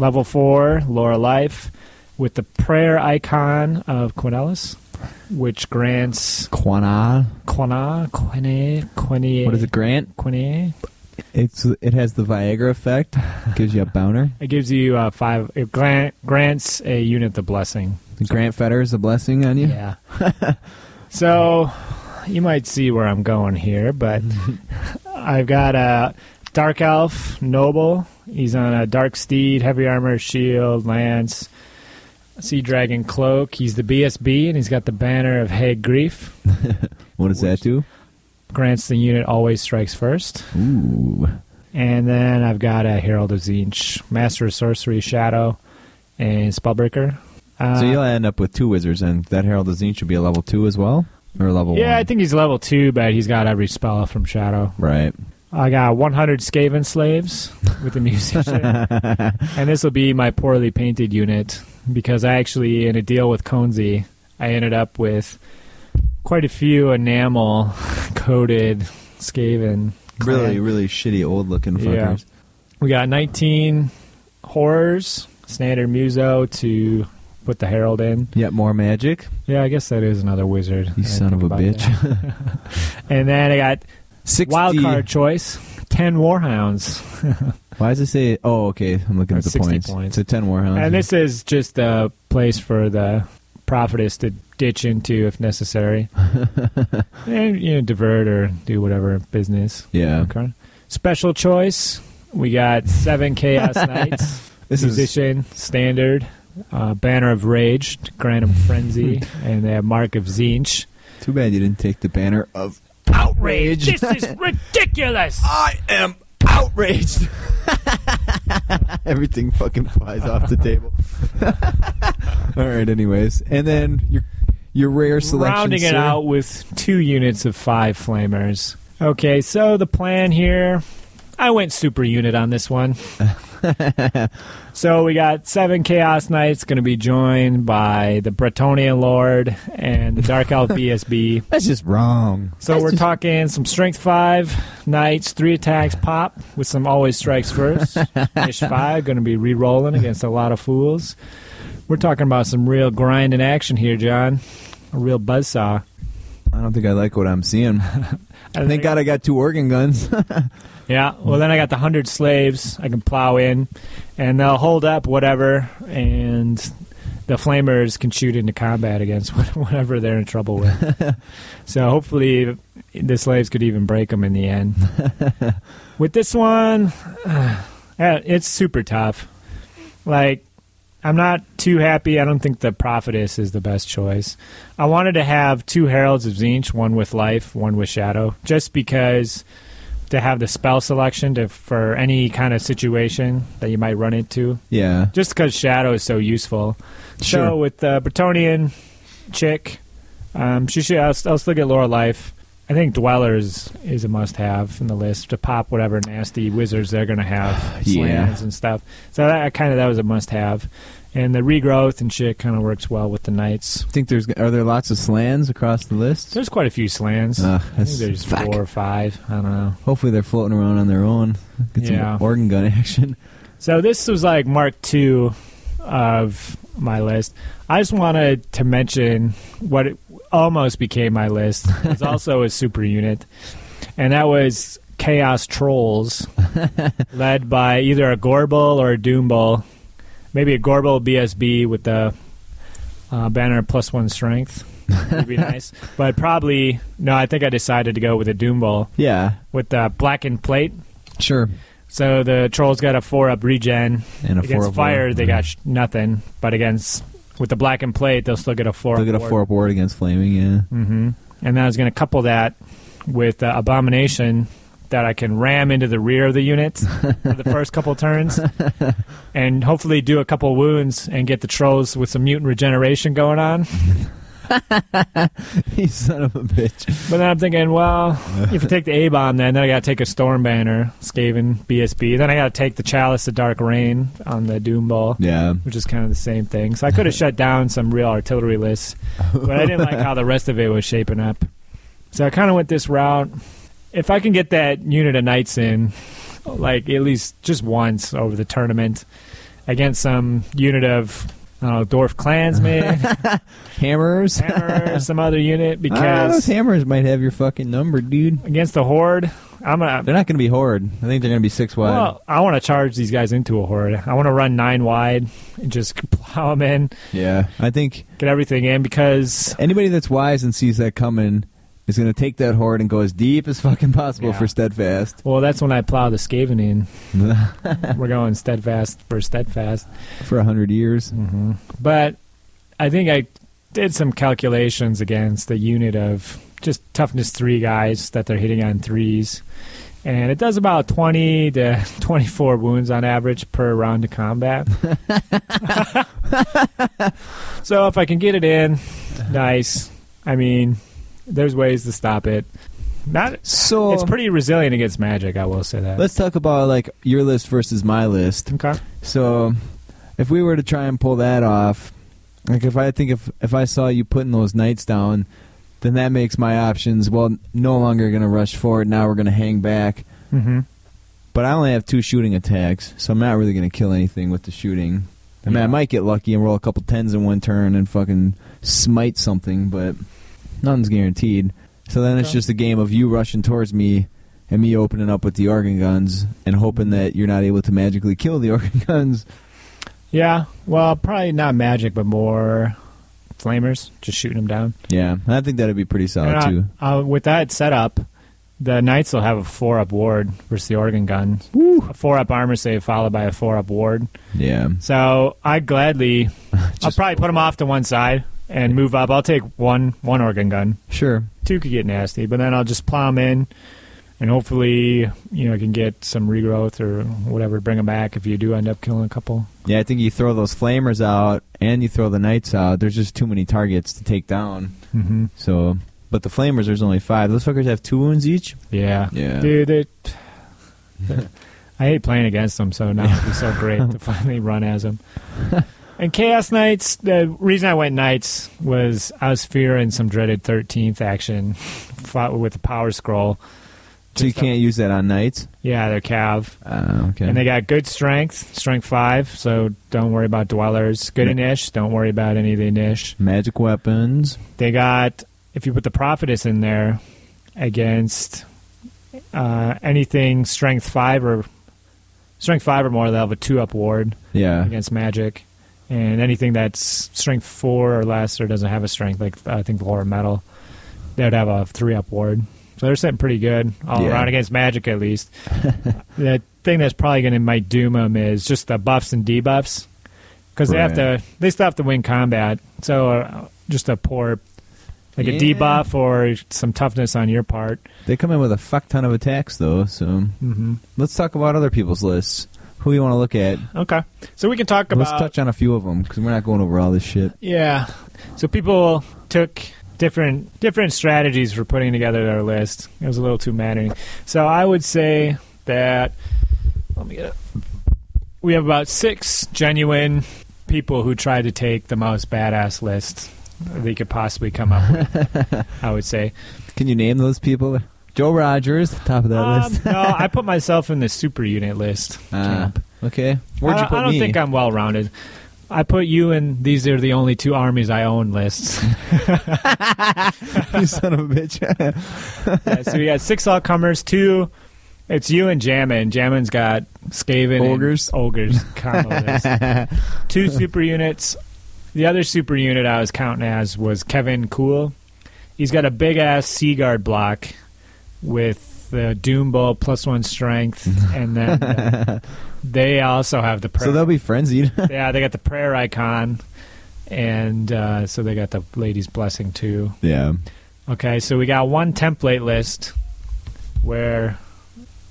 Level four, Laura Life, with the prayer icon of Quinalis, which grants Quana. Quina, Quine, Quine. What is it, Grant? Quine. It's it has the Viagra effect. Gives you a boner. It gives you uh, five. It grant, grants a unit the blessing. The Grant Fetter is a blessing on you. Yeah. so you might see where I'm going here, but I've got a dark elf noble. He's on a dark steed, heavy armor, shield, lance, sea dragon cloak. He's the BSB, and he's got the banner of Hague Grief. What does that do? Grants the unit always strikes first. Ooh. And then I've got a Herald of Zinch, Master of Sorcery, Shadow, and Spellbreaker. Uh, so you'll end up with two wizards, and that Herald of Zine should be a level two as well, or a level one. yeah, I think he's level two, but he's got every spell from Shadow. Right. I got 100 Skaven slaves with a musician. and this will be my poorly painted unit because I actually, in a deal with Conzi, I ended up with quite a few enamel coated Skaven. clan. Really, really shitty old looking Yeah. fuckers. We got 19 horrors, standard muso to put the herald in. Yet more magic. Yeah, I guess that is another wizard. I You didn't son of think a about bitch. that. And then I got 60. wild card choice, ten warhounds, Why does it say? Oh, okay. I'm looking at the That's 60 points. points. So 10 warhounds. and this is just a place for the prophetess to ditch into if necessary, and you know divert or do whatever business. Yeah. Okay. Special choice, we got seven chaos knights. This is musician, standard, uh, banner of rage, Granum frenzy, and they have mark of zinch. too bad you didn't take the banner of Outrage! This is ridiculous. I am outraged. Everything fucking flies off the table. All right, anyways. And then your your rare selection. Rounding it sir. out with two units of five flamers. Okay, so the plan here. I went super unit on this one. so we got seven Chaos Knights going to be joined by the Bretonian Lord and the Dark Elf BSB. That's just wrong. So That's we're just- talking some strength five knights, three attacks pop with some always strikes first. Ish five going to be re-rolling against a lot of fools. We're talking about some real grind in action here, John. A real buzzsaw. I don't think I like what I'm And seeing. Thank then- God I got two organ guns. Yeah. Well, then I got the hundred slaves I can plow in, and they'll hold up whatever, and the flamers can shoot into combat against whatever they're in trouble with. so hopefully, the slaves could even break them in the end. with this one, uh, it's super tough. Like. I'm not too happy. I don't think the prophetess is the best choice. I wanted to have two heralds of Zinch, one with life, one with shadow, just because to have the spell selection to for any kind of situation that you might run into. yeah. Just because shadow is so useful. Sure. So with the Bretonian chick, um, she should. I'll, I'll still get Laura life. I think dwellers is a must-have in the list to pop whatever nasty wizards they're going to have, Yeah. slams and stuff. So that kind of that was a must-have, and the regrowth and shit kind of works well with the knights. think there's are there lots of slans across the list? There's quite a few slans. Ugh, I think Uh, that's- there's fuck. four or five. I don't know. Hopefully they're floating around on their own. Get Yeah. some organ gun action. So this was like Mark two of my list. I just wanted to mention what it almost became my list. It's also a super unit, and that was Chaos Trolls, led by either a Gorbel or a Doombull. Maybe a Gorbel BSB with the uh, banner plus one strength would be nice. But probably no. I think I decided to go with a Doombull Yeah. with the blackened plate. Sure. So the trolls got a four up regen. And a against four fire, they got sh- nothing. But against with the black and plate, they'll still get a four. They'll get a four up ward against flaming, yeah. Mm-hmm. And then I was going to couple that with uh, abomination that I can ram into the rear of the unit for the first couple turns, and hopefully do a couple wounds and get the trolls with some mutant regeneration going on. you son of a bitch. But then I'm thinking, well, if you take the A bomb, then then I got to take a storm banner, Skaven, BSB. Then I got to take the chalice of dark rain on the doom ball. Yeah. which is kind of the same thing. So I could have shut down some real artillery lists, but I didn't like how the rest of it was shaping up. So I kind of went this route. If I can get that unit of knights in, like at least just once over the tournament, against some unit of I don't know, dwarf clansmen, Hammers. hammer, or some other unit, Ah, those because hammers might have your fucking number, dude. against the horde, I'm gonna. They're not going to be horde. I think they're going to be six wide. Well, I want to charge these guys into a horde. I want to run nine wide and just plow them in, yeah. I think get everything in because anybody that's wise and sees that coming is going to take that horde and go as deep as fucking possible Yeah. for steadfast. Well, that's when I plow the Skaven in. We're going steadfast for steadfast. for a hundred years. Hmm. But I think I did some calculations against the unit of just toughness three guys that they're hitting on threes. And it does about 20 to 24 wounds on average per round of combat. so if I can get it in, nice. I mean, there's ways to stop it. Not. So It's pretty resilient against magic, I will say that. Let's talk about like your list versus my list. okay. So, if we were to try and pull that off, like if I think if if I saw you putting those knights down, then that makes my options well no longer going to rush forward. Now we're going to hang back. Mm-hmm. But I only have two shooting attacks, so I'm not really going to kill anything with the shooting. I mean, I Yeah. might get lucky and roll a couple tens in one turn and fucking smite something, but nothing's guaranteed. So then it's Okay. just a game of you rushing towards me and me opening up with the Argon guns and hoping that you're not able to magically kill the Argon guns. Yeah, well, probably not magic, but more flamers, just shooting them down. Yeah, and I think that'd be pretty solid And I- too. uh, with that setup, the Knights will have a four-up ward versus the Oregon Gun. A four-up armor save followed by a four-up ward. Yeah, So I gladly, I'll probably put them off to one side and move up. I'll take one one Oregon Gun. sure. Two could get nasty, but then I'll just plow them in, and hopefully, you know, I can get some regrowth or whatever, bring them back if you do end up killing a couple. Yeah, I think you throw those flamers out and you throw the knights out. There's just too many targets to take down. Mm-hmm. So, but the flamers, there's only five. Those fuckers have two wounds each. Yeah. Yeah. Dude, they I hate playing against them, so now it'd be so great to finally run as them. And Chaos Knights, the reason I went Knights was I was fearing some dreaded 13th action fought with the Power Scroll. So you Just a- can't use that on knights. Yeah, they're Cav. Uh, okay. And they got good strength, strength five, so don't worry about dwellers. Good Yeah. Inish, don't worry about any of the Inish. Magic weapons. They got if you put the prophetess in there against uh, anything strength five or strength five or more, they'll have a two up ward Yeah. against magic, and anything that's strength four or less or doesn't have a strength, like I think lower metal, they would have a three up ward. So they're sitting pretty good all Yeah. around against magic at least. the thing that's probably going to might doom them is just the buffs and debuffs because they have Right. to they still have to win combat. So uh, just a poor like a Yeah. debuff or some toughness on your part. They come in with a fuck ton of attacks though. So Mm-hmm. let's talk about other people's lists. Who you want to look at? Okay, so we can talk Let's about touch on a few of them because we're not going over all this shit. Yeah. So people took different different strategies for putting together their list. It was a little too maddening. So I would say that let me get it. We have about six genuine people who tried to take the most badass list they could possibly come up with. I would say. Can you name those people? Joe Rogers, top of that Um, list. no, I put myself in the super unit list. Ah, camp. okay. Where'd I, you put I don't me? think I'm well rounded. I put you in these are the only two armies I own lists. you son of a bitch. yeah, so we got six all comers, two. It's you and Jammin. Jammin's got Skaven and Ogres. ogres combo list. two super units. The other super unit I was counting as was Kevin Cool. He's got a big ass Sea Guard block with the Doom Bowl plus one strength, and then uh, they also have the prayer. so they'll be frenzied. yeah, they got the prayer icon, and uh, so they got the Lady's Blessing too. yeah. Okay, so we got one template list where,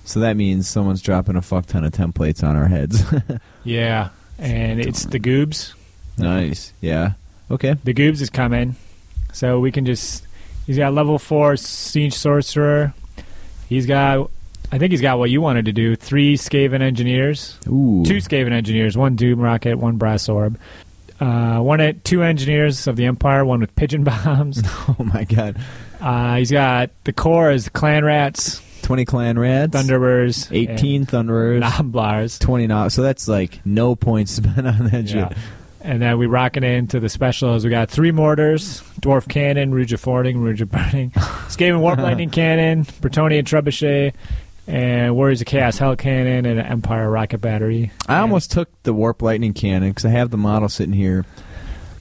So that means someone's dropping a fuck ton of templates on our heads. yeah, and it's the goobs. nice. Yeah. Okay. The goobs is coming. So we can just. He's got level four siege sorcerer. He's got. I think he's got what you wanted to do three Skaven engineers, Ooh. two Skaven engineers, one Doom Rocket, one Brass Orb. Uh, one at two engineers of the Empire, one with pigeon bombs. Oh my god. Uh, he's got the core is the clan rats, Twenty clan rats. thunderers, Eighteen thunderers. and Nomblars. Twenty knobs. So that's like no points spent on that Yeah. shit. And then we rocking into the specials. We got three mortars, dwarf cannon, Rouge of Fording, Rouge of Burning, Skaven Warp Lightning Cannon, Bretonian Trebuchet, and Warriors of Chaos Hell Cannon, and an Empire Rocket Battery. I And almost took the warp lightning cannon because I have the model sitting here,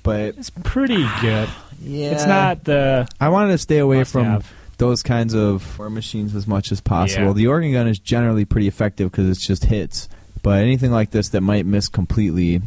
but It's pretty good. yeah, It's not the I wanted to stay away from must-have. those kinds of war machines as much as possible. Yeah. The organ gun is generally pretty effective because it's just hits, but anything like this that might miss completely,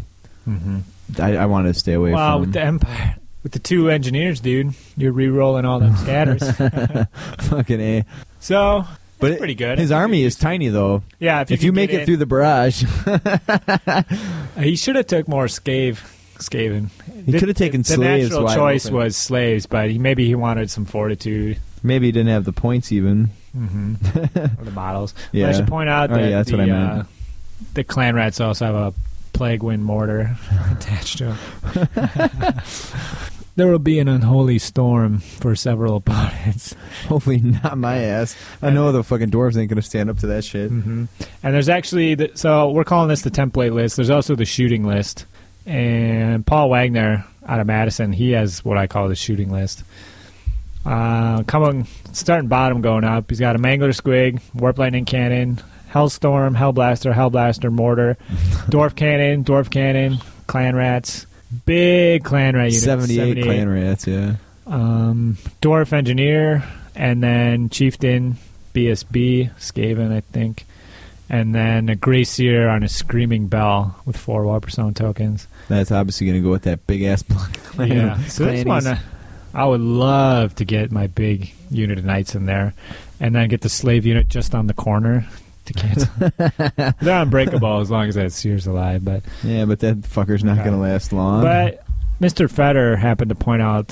Mhm. I, I wanted to stay away Wow, Mm-hmm. from. with the Empire. With the two engineers, dude, you're re-rolling all them scatters. Fucking a. so, But it's pretty good. His army is tiny though. yeah, if you, if you can make get it through the barrage, in- Uh, he should have took more Scave, Skaven. he could have taken the slaves. natural wide choice open. was slaves, but he, maybe he wanted some fortitude. maybe he didn't have the points even. hmm the models. Yeah. But I should point out Oh, that yeah, that's the, what I meant. Uh, the clan rats also have a plague wind mortar attached to them. there will be an unholy storm for several opponents. Hopefully not my ass. I know the fucking dwarves ain't gonna stand up to that shit. Mm-hmm. hmm And there's actually the, so we're calling this the template list. There's also the shooting list, and Paul Wagner out of Madison. He has what I call the shooting list. Uh, coming starting bottom going up. He's got a Mangler Squig, Warp Lightning Cannon, Hellstorm, Hellblaster, Hellblaster Mortar, Dwarf Cannon, Dwarf Cannon, Clan Rats, big Clan Rat unit, 78 clan rats, yeah. um, Dwarf Engineer, and then Chieftain, BSB, Skaven, I think, and then a Gracier on a Screaming Bell with four Warperstone tokens. That's obviously going to go with that big ass block. Yeah, so this one, uh, I would love to get my big unit of knights in there, and then get the slave unit just on the corner to cancel. They're unbreakable as long as that seer's alive, but Yeah, but that fucker's not going to last long. but Mr. Feder happened to point out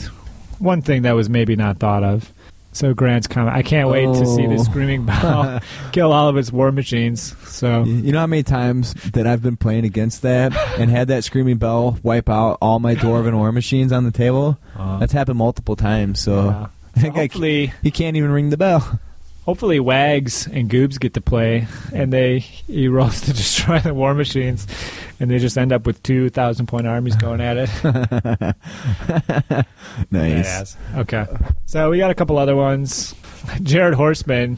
one thing that was maybe not thought of. So Grant's comment, I can't wait to see the Oh. Screaming Bell kill all of its war machines. So You- You know how many times that I've been playing against that and had that screaming bell wipe out all my dwarven war machines on the table? uh, That's happened multiple times, so yeah. I think I, c- hopefully, he can't even ring the bell. hopefully Wags and Goobs get to play, and they he rolls to destroy the war machines, and they just end up with two thousand point armies going at it. nice. Yes. Okay. So we got a couple other ones. Jared Horseman.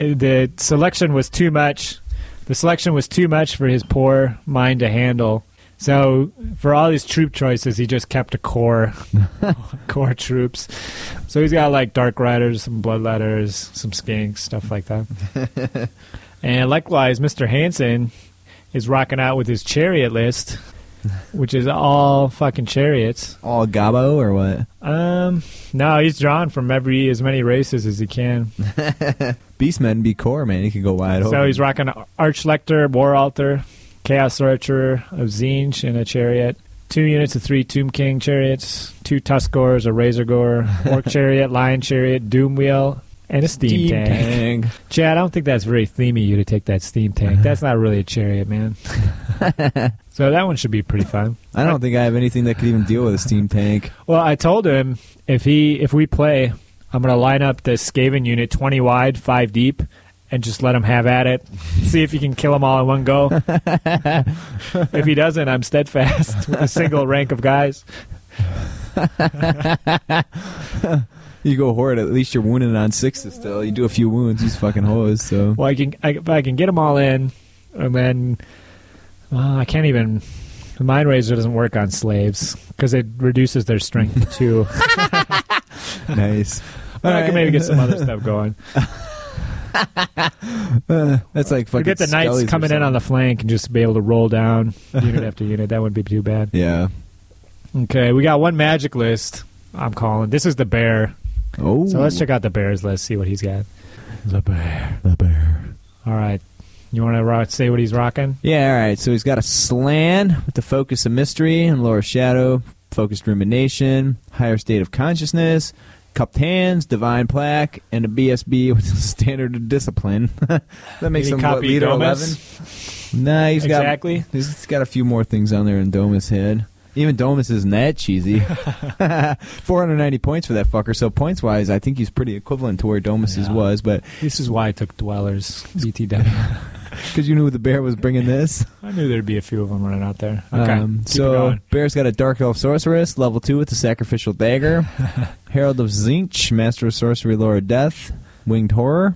i- The selection was too much. The selection was too much for his poor mind to handle. So for all his troop choices, he just kept a core, core troops. So he's got like Dark Riders, some Bloodletters, some Skinks, stuff like that. and likewise, Mr. Hansen is rocking out with his chariot list, which is all fucking chariots. All gobbo or what? Um, no, he's drawn from every as many races as he can. Beastmen be core, man. He can go wide open. So he's rocking Archlector, War Altar, Chaos Archer, a Zinj, and a chariot. Two units of three Tomb King chariots, two Tuskors, a Razor Gore, Orc Chariot, Lion Chariot, Doom Wheel, and a Steam, Steam tank. tank. Chad, I don't think that's very themey you to take that Steam Tank. That's not really a chariot, man. so that one should be pretty fun. I don't think I have anything that could even deal with a steam tank. Well, I told him if he if we play, I'm gonna line up the Skaven unit 20 wide, five deep, and just let him have at it. See if you can kill them all in one go. if he doesn't, I'm steadfast with a single rank of guys. You go horde, at least you're wounded on sixes still. You do a few wounds, he's fucking hosed, so. Well, I can I, if I can get them all in, and then well, I can't even. The mind razor doesn't work on slaves because it reduces their strength to two. nice. But I All right. can maybe get some other stuff going. Uh, that's like We fucking. get the knights Skellies or coming in on the flank and just be able to roll down unit after unit. That wouldn't be too bad. something. Yeah. Okay, we got one magic list. I'm calling. This is the bear. Oh. So let's check out the bear's list. See what he's got. The bear. the bear. All right. You want to ro- say what he's rocking? Yeah, all right. So he's got a slan with the focus of mystery and lower shadow, focused rumination, higher state of consciousness, cupped hands, divine plaque, and a BSB with the standard of discipline. that makes Did he him what, copy leader eleven. Domus? Nah, he's got Exactly. he's got a few more things on there in Domus' head. Even Domus isn't that cheesy. 490 points for that fucker. So points wise, I think he's pretty equivalent to where Domus's Yeah. was, but This is why I took dwellers. BTW. because you knew the bear was bringing this. I knew there'd be a few of them running out there. Okay. Um, keep it so going. Bear's got a Dark Elf Sorceress, level 2 with the Sacrificial Dagger. Herald of Zinch, Master of Sorcery, Lord of Death, Winged Horror.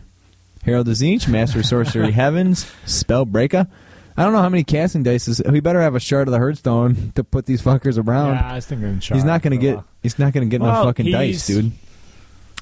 Herald of Zinch, Master of Sorcery, Heavens, Spellbreaker. I don't know how many casting dice is. We better have a shard of the Hearthstone to put these fuckers around. yeah, I was thinking um, he's not gonna going to get. He's not gonna get Well, no fucking he's- dice, dude.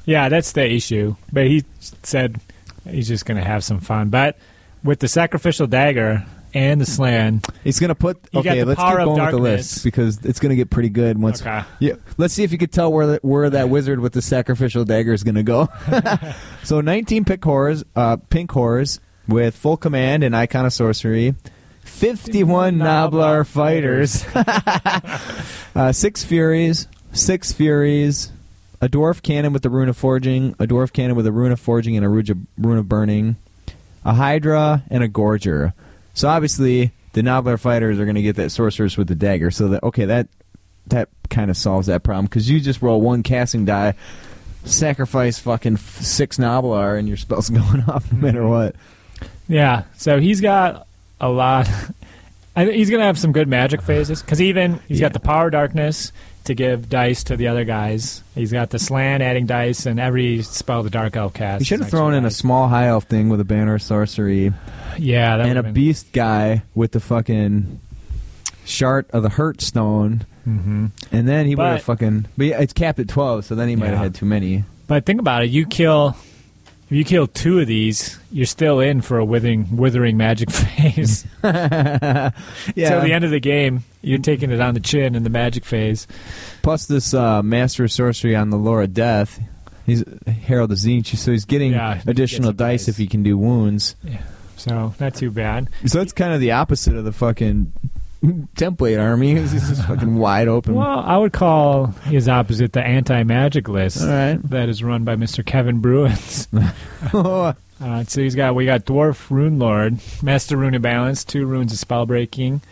Yeah, that's the issue. But he said he's just going to have some fun. But with the sacrificial dagger and the slan, He's gonna put. You got Okay, the let's keep power of going with the darkness. list because it's gonna get pretty good once. okay. Yeah, let's see if you could tell where the, where that wizard with the sacrificial dagger is going to go. so 19 pink horrors, uh, pink horrors with full command and icon of sorcery, 51 Noblar fighters, uh, six furies, six furies, a dwarf cannon with the rune of forging, a dwarf cannon with a rune of forging and a rune of, rune of burning, a hydra and a gorger. So obviously the Noblar fighters are going to get that sorceress with the dagger. So that okay, that that kind of solves that problem because you just roll one casting die, sacrifice fucking f- six Noblar, and your spell's going off no matter what. Yeah, so he's got a lot, I, he's gonna have some good magic phases because even he's Yeah. got the power darkness to give dice to the other guys. He's got the slant adding dice, and every spell the dark elf casts. He should is have thrown extra in a dice. small high elf thing with a banner of sorcery yeah, that and a would've been, beast guy with the fucking shard of the hurt stone. hmm And then he would But- have fucking. But yeah, it's capped at 12, so then he might have Yeah. had too many. But think about it. You kill if you kill two of these, you're still in for a withering withering magic phase. yeah. Till the end of the game, you're taking it on the chin in the magic phase. Plus this uh, master of sorcery on the lore of death. He's Herald of Zinch, so he's getting Yeah, he additional gets some dice dice. if he can do wounds. So not too bad. So that's kind of the opposite of the fucking template army. He's just fucking wide open. Well, I would call his opposite the anti magic list All right. that is run by Mr. Kevin Bruins. Uh, so he's got we got dwarf rune lord, master rune of balance, two runes of spell breaking,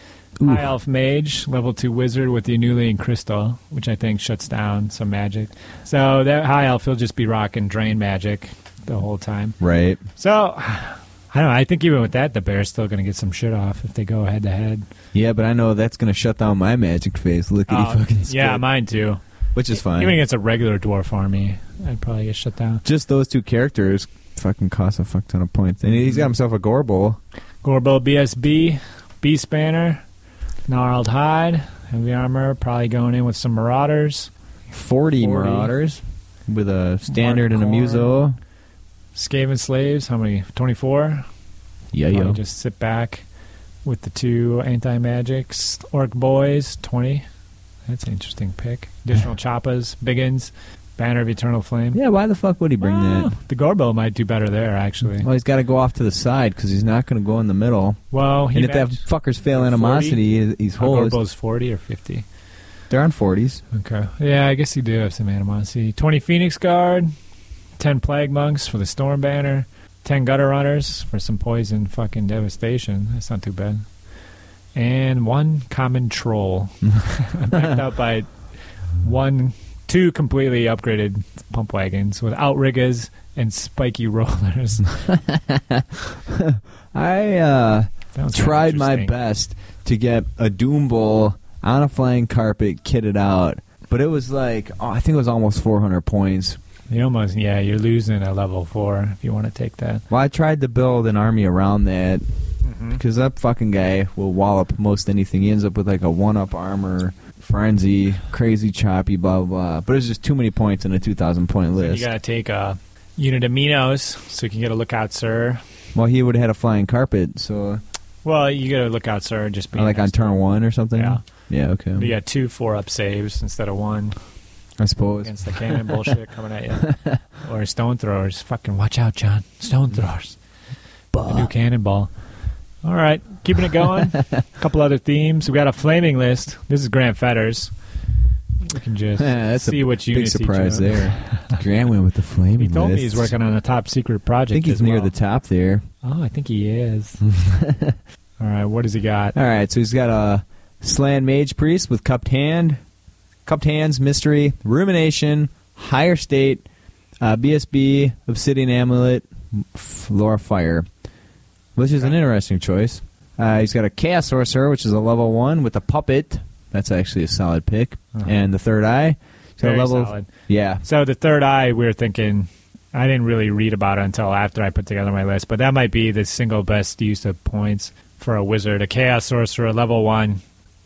high elf mage, level two wizard with the Anulian crystal, which I think shuts down some magic. So that high elf he'll just be rocking drain magic the whole time. right. So I don't know. I think even with that, the bear's still going to get some shit off if they go head to head. Yeah, but I know that's gonna shut down my magic phase. Lickety fucking split, Uh, Yeah, mine too. which is Even fine. against a regular dwarf army, I'd probably get shut down. Just those two characters fucking cost a fuck ton of points, and he's got Mm-hmm. himself a Gorble. Gorbo BSB, B Spanner, Gnarled Hide, Heavy Armor, probably going in with some Marauders. 40, 40. Marauders with a standard and a Mark muso. Skaven Slaves, how many? 24? Yeah, Probably yeah. just sit back with the two anti magics. Orc Boys, 20. That's an interesting pick. Additional Choppas, Biggins, Banner of Eternal Flame. Yeah, why the fuck would he bring Ah, that? The Gorbo might do better there, actually. Well, he's got to go off to the side because he's not going to go in the middle. Well, he and if that matched- fuckers fail animosity, he- he's uh, whole. Gorbo's 40 or 50. They're on 40s. Okay. Yeah, I guess you do have some animosity. 20 Phoenix Guard, 10 Plague Monks for the Storm Banner, 10 Gutter Runners for some poison fucking devastation. That's not too bad. And one Common Troll. backed out by one, two completely upgraded pump wagons with outriggers and spiky rollers. That I uh, was kinda tried my interesting. best to get a Doom Bowl on a flying carpet kitted out, but it was like, oh, I think it was almost 400 points. You almost, yeah, you're losing a level four if you want to take that. Well, I tried to build an army around that Mm-hmm. because that fucking guy will wallop most anything. He ends up with like a one up armor, frenzy, crazy choppy, blah, blah, blah. But it was just too many points in a 2,000 point So list. you got to take a unit of Minos so you can get a lookout, sir. well, he would have had a flying carpet, so Well, you got to look out, sir. Just be like on next. turn one or something. Yeah. Yeah, okay. You got two four up saves instead of one I suppose. against the cannon bullshit coming at you, or stone throwers. Fucking watch out, John. Stone throwers. The new cannonball. All right, keeping it going. a couple other themes. We got a flaming list. This is Grant Fetters. We can just Yeah, that's a see what you Big surprise there. Grant went with the flaming He told me lists. he's working on a top secret I project. think he's as near well. the top there. Oh, I think he is. All right, what does he got? All right, so he's got a slan mage priest with cupped hand, cupped hands, mystery, rumination, higher state, uh, BSB, obsidian amulet, f- lore of fire, which is an interesting choice. Uh, he's got a chaos sorcerer, which is a level one with a puppet. That's actually a solid pick, Uh-huh. and the third eye. He's got a Very level, solid. yeah, So the third eye, we were thinking. I didn't really read about it until after I put together my list, but that might be the single best use of points for a wizard, a chaos sorcerer, level one,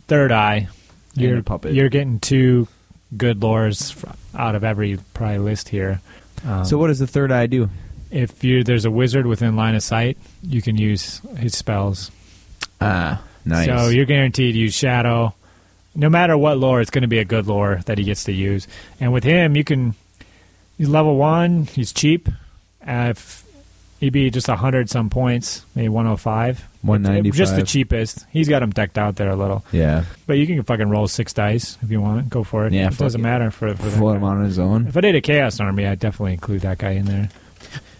third eye. And You're a puppet. You're getting two good lores f- out of every probably list here. Um, So what does the third eye do? if you there's a wizard within line of sight, you can use his spells. Ah, nice. uh, So you're guaranteed to use Shadow. No matter what lore, it's going to be a good lore that he gets to use. And with him, you can. He's level one. He's cheap. Uh, if he'd be just hundred some points, maybe one hundred five. 195. Just the cheapest. He's got him decked out there a little, yeah, but you can fucking roll six dice if you want. Go for it. Yeah, it fuck doesn't it. matter for, for that float him guy. on his own. If I did a chaos army, I'd definitely include that guy in there.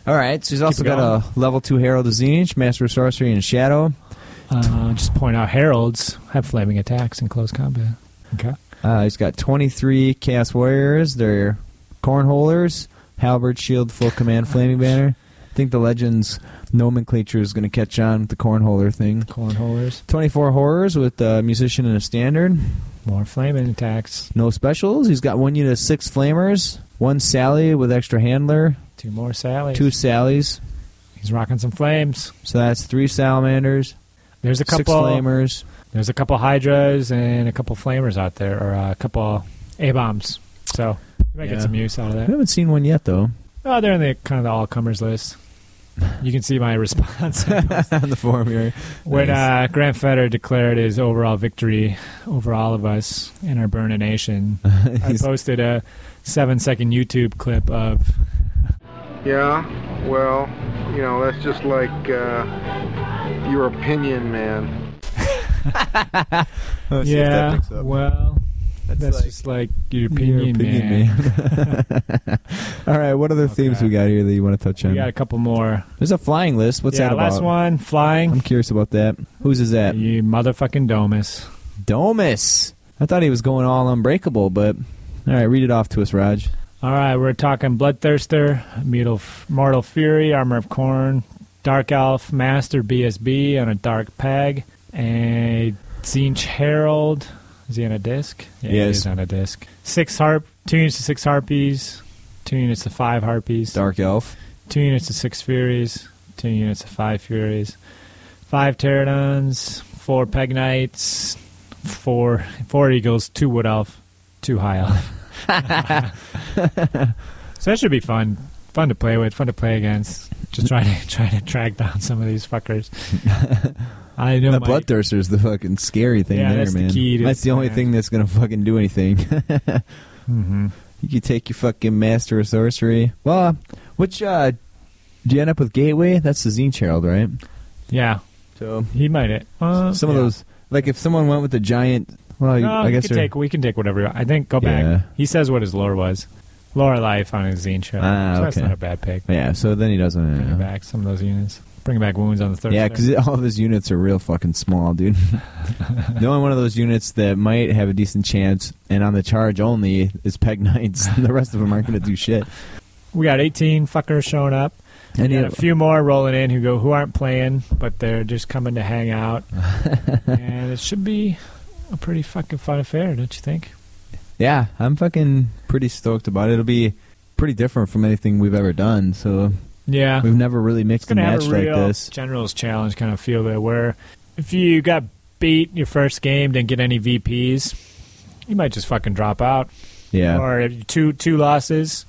All right, so he's also it got a level two Herald of Zinch, Master of Sorcery, and Shadow. Uh, just point out, heralds have flaming attacks in close combat. Okay. Uh, he's got 23 Chaos Warriors. They're cornholers, halberd, shield, full command, flaming banner. think the Legends nomenclature is going to catch on with the cornholer thing. Cornholers, 24 horrors with a musician and a standard. more flaming attacks, No specials. He's got one unit of six flammers, one Sally with extra handler, two more Sallys. two Sallys. He's rocking some flames. So that's three salamanders, There's a six couple. flammers. There's a couple hydras and a couple flamers out there, or uh, a couple a bombs. So you might Yeah. get some use out of I that. haven't seen one yet though. Oh, they're in the kind of the all comers list. You can see my response On the forum here. when Nice. uh, Grant Fetter declared his overall victory over all of us in our Burn a Nation. I He's- posted a seven-second YouTube clip of Yeah, well, you know, that's just like uh, your opinion, man. Let's Oh, see if that yeah, picks up. well, That's that's, like- just like your opinion, man. man. All right, what other themes Okay. we got here that you want to touch on? We got a couple more. There's a flying list. What's yeah, that about? last one, I'm flying. curious about that. Whose is that? You motherfucking domus. Domus. I thought he was going all unbreakable, but all right, read it off to us, Raj. All right, we're talking Bloodthirster, Mutal, Mortal Fury, Armor of Corn, Dark Elf, Master BSB on a Dark Peg, and Zinch Herald. Is he on a disc? Yeah, he Yes. is on a disc. Six harp, two units to six harpies, two units to five harpies, Dark elf. two units to six furies, two units to five furies, five pterodons, four peg knights, four four eagles, two wood elf, two high elf. so that should be fun. Fun to play with, fun to play against. Just trying to trying to track down some of these fuckers. I know The my- bloodthirster's the fucking scary thing Yeah, there, that's the man. key to that's the it, only man. thing that's gonna fucking do anything. Mhm. you could take your fucking master of sorcery. Well, which uh, do you end up with gateway? That's the Zine Herald, right? Yeah, So he might it. Uh, some of yeah. those, like if someone went with the giant, well, you No, I we guess can they're- Um, take we can take whatever. we want. I think go Yeah. back. He says what his lore was. Lore life on his zine show. Ah, so that's okay. not a bad pick. yeah. So then he Bring doesn't. back some of those units. Bring back wounds on the third. Yeah, because all of his units are real fucking small, dude. the only one of those units that might have a decent chance, and on the charge only, is Peg Knights. the rest of them aren't going to do shit. we got 18 fuckers showing up. And we he- got a few more rolling in who go who aren't playing, but they're just coming to hang out. and it should be a pretty fucking fun affair, don't you think? yeah, I'm fucking pretty stoked about it. It'll be pretty different from anything we've ever done. So Yeah, we've never really it's mixed and gonna have matched a real like this. generals challenge kind of feel there, where if you got beat your first game, didn't get any VPs, you might just fucking drop out. Yeah, or if two two losses,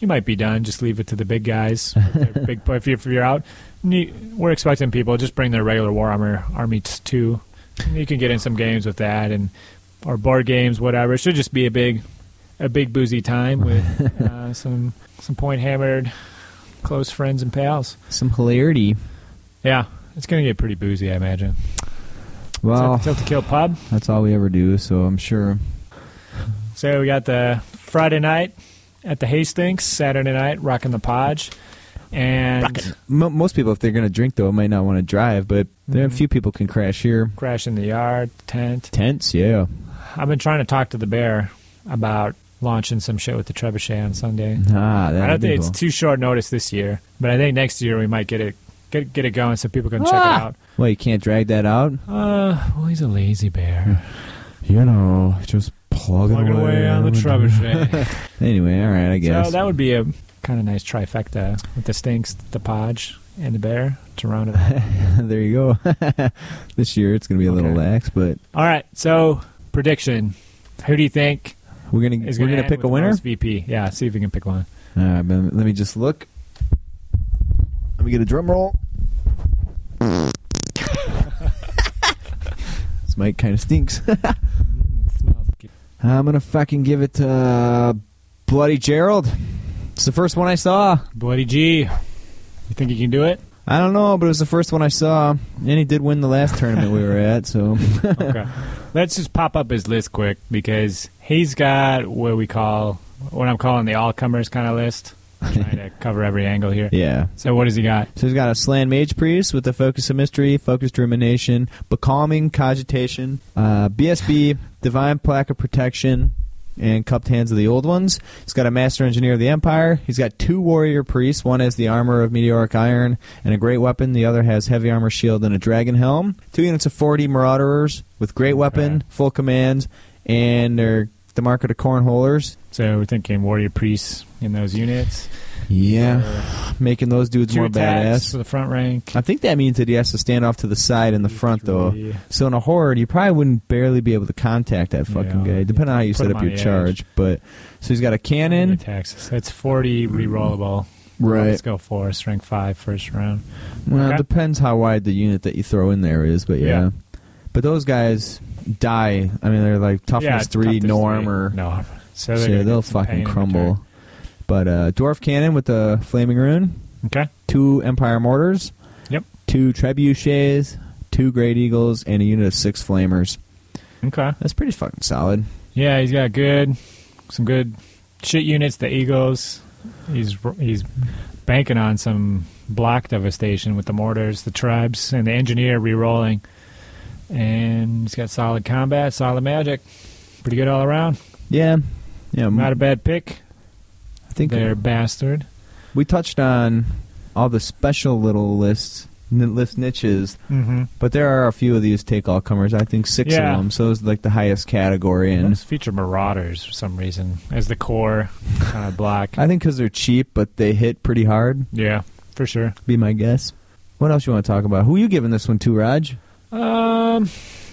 you might be done. Just leave it to the big guys. Their big if you're, if you're out, Ne- we're expecting people just bring their regular war armor army t- too. You can get in some games with that and or board games, whatever. It should just be a big a big boozy time with uh, some some point hammered close friends and pals. some hilarity. Yeah, it's gonna get pretty boozy, I imagine. Well, Tilt to kill pub. that's all we ever do. So I'm sure. So we got the Friday night at the Hastings, Saturday night rocking the Podge, and Mo most people, if they're going to drink, though, might not want to drive. But there are a Mhm. few people can crash here. crash in the yard tent. Tents, yeah. I've been trying to talk to the bear about launching some shit with the trebuchet on Sunday. Ah, that I would don't be think cool. it's too short notice this year, but I think next year we might get it get get it going so people can check it out. Well, you can't drag that out. Uh, well, he's a lazy bear. You know, just plugging, Plugging away on the trebuchet. Anyway, all right, I guess. so that would be a kind of nice trifecta with the stinks, the podge, and the bear to round it out. there you go. this year it's going to be a little Okay. lax, but All right, so prediction. Who do you think we're going to is we're going going to to pick a winner. VP, yeah. See if we can pick one. All right, but let me just look. Let me get a drum roll. this mic kind of stinks. I'm going to fucking give it to uh, Bloody Gerald. It's the first one I saw. Bloody G, you think you can do it? I don't know, but it was the first one I saw, and he did win the last tournament we were at. So Okay. Let's just pop up his list quick because he's got what we call what I'm calling the all comers kind of list. Trying to cover every angle here. yeah, So what does he got? so he's got a slant mage priest with the focus of mystery, focused rumination, becalming cogitation, uh, BSB, divine plaque of protection, and cupped hands of the old ones. He's got a master engineer of the empire. He's got two warrior priests. One has the armor of meteoric iron and a great weapon. The other has heavy armor shield and a dragon helm. Two units of 40 marauders with great weapon, Okay. full command, and they're the mark of the cornholers. So we're thinking warrior priests in those units. Yeah. Or Making those dudes two more attacks badass. for the front rank. I think that means that he has to stand off to the side and the front, though. Three. So in a horde, you probably wouldn't barely be able to contact that fucking Yeah. guy, depending on how you Put set him up on your the charge. But so he's got a Three cannon, attacks. That's 40 rerollable. Let's go for rank five first round. Well, Okay. it depends how wide the unit that you throw in there is, but yeah. Yeah. But those guys die. I mean, they're like toughness Yeah, three, toughness no three. armor. No armor. So, so they're gonna they'll get some pain fucking in crumble. But uh, dwarf cannon with the flaming rune, return. Okay. two empire mortars, Yep. two trebuchets, two great eagles, and a unit of six flamers. Okay. That's pretty fucking solid. Yeah, he's got good, some good shit units. The Eagles. He's he's banking on some block devastation with the mortars, the tribes, and the engineer re-rolling. And he's got solid combat, solid magic, pretty good all around. Yeah, yeah. m- Not a bad pick. I think They're bastard. we touched on all the special little lists, n- list niches Mm-hmm. But there are a few of these take all comers. I think six Yeah. of them. So it's like the highest category, and Let's feature Marauders for some reason as the core kind of block. I think because they're cheap, but they hit pretty hard. yeah, for sure. Be my guess. What else you want to talk about? Who you giving this one to, Raj? Um,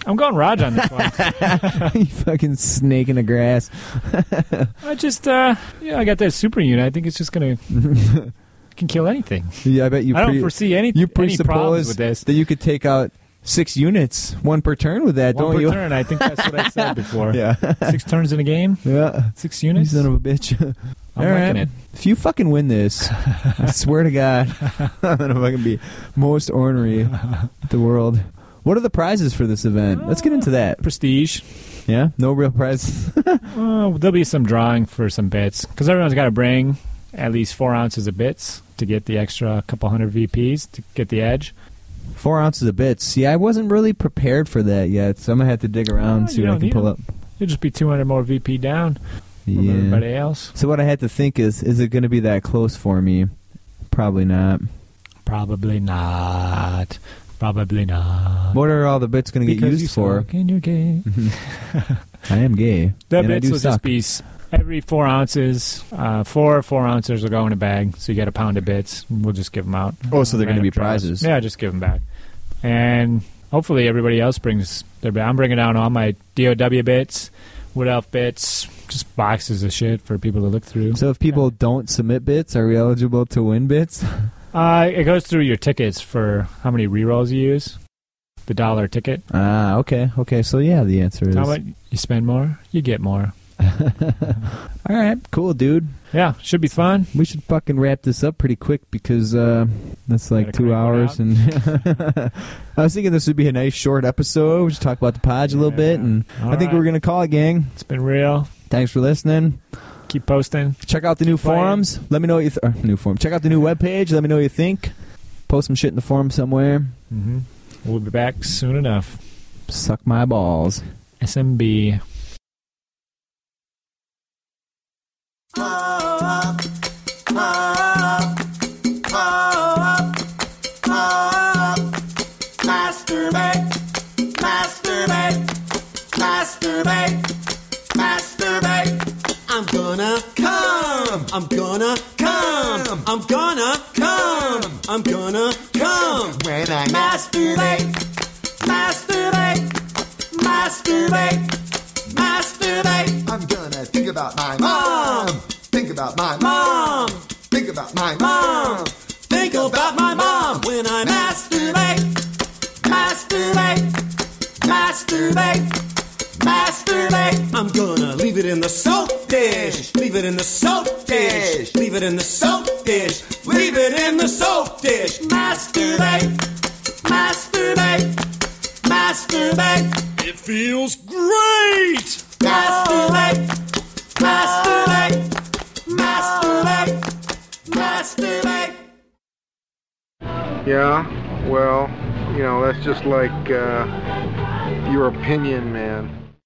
I'm going Raj on this one. you fucking snake in the grass. I just, uh, yeah, I got that super unit. I think it's just gonna can kill anything. Yeah, I bet you. I don't pre- foresee any you any problems presuppose with this. that you could take out six units, one per turn with that, One don't per you? turn. I think that's what I said before. Yeah, Six turns in a game, yeah. six You units. son of a bitch. I'm All liking right. it. If you fucking win this, I swear to God, I'm gonna fucking be most ornery in the world. What are the prizes for this event? Let's get Uh. into that. Prestige. Yeah, no real prizes. Uh, there'll be some drawing for some bits because everyone's got to bring at least four ounces of bits to get the extra couple hundred VPs to get the edge. Four ounces of bits. See, I wasn't really prepared for that yet, so I'm gonna have to dig around Ah, see you what I don't can need pull them. up. It'll just be 200 more VP down from Yeah. everybody else. So what I had to think is, is it gonna be that close for me? Probably not. Probably not. Probably not. What are all the bits gonna get Because you used for? suck and you're gay. I am gay. The and I bits do will suck. just be s- every four ounces. Uh, four four ounces will go in a bag, so you get a pound of bits. We'll just give them out. Oh, so they're gonna Random be draws. prizes. Yeah, just give them back, and hopefully everybody else brings their. ba- I'm bringing down all my DOW bits, Wood Elf bits, just boxes of shit for people to look through. So if people don't submit bits, are we eligible to win bits? Uh, it goes through your tickets for how many rerolls you use. The dollar ticket. Ah, okay, okay. So yeah, the answer is How much you spend more, you get more. All right, cool, dude. Yeah, should be fun. We should fucking wrap this up pretty quick because uh, that's like Gotta two crank one hours. out. And I was thinking this would be a nice short episode. We should talk about the podge a little bit, Yeah. and All I think right. we're gonna call it, gang. It's been real. Thanks for listening. Keep posting. Check out the new Bye. forums. Let me know what you th- or, new forum. Check out the new webpage. Let me know what you think. Post some shit in the forum somewhere. hmm We'll be back soon enough. Suck my balls. SMB. Masturbate, masturbate, masturbate, masturbate. I'm gonna come, I'm gonna come, I'm gonna come, I'm gonna come. When I masturbate, masturbate, masturbate, masturbate. I'm gonna think about my mom. Think about my mom. Mom, Think about my mom, mom. think about my mom when I masturbate, masturbate, masturbate, masturbate. I'm gonna leave it in the soap dish, leave it in the soap dish, leave it in the soap dish, leave it in the soap dish. Masturbate, masturbate, masturbate. It feels great. Masturbate, masturbate, masturbate, masturbate. Yeah, well, you know, that's just like uh, your opinion, man.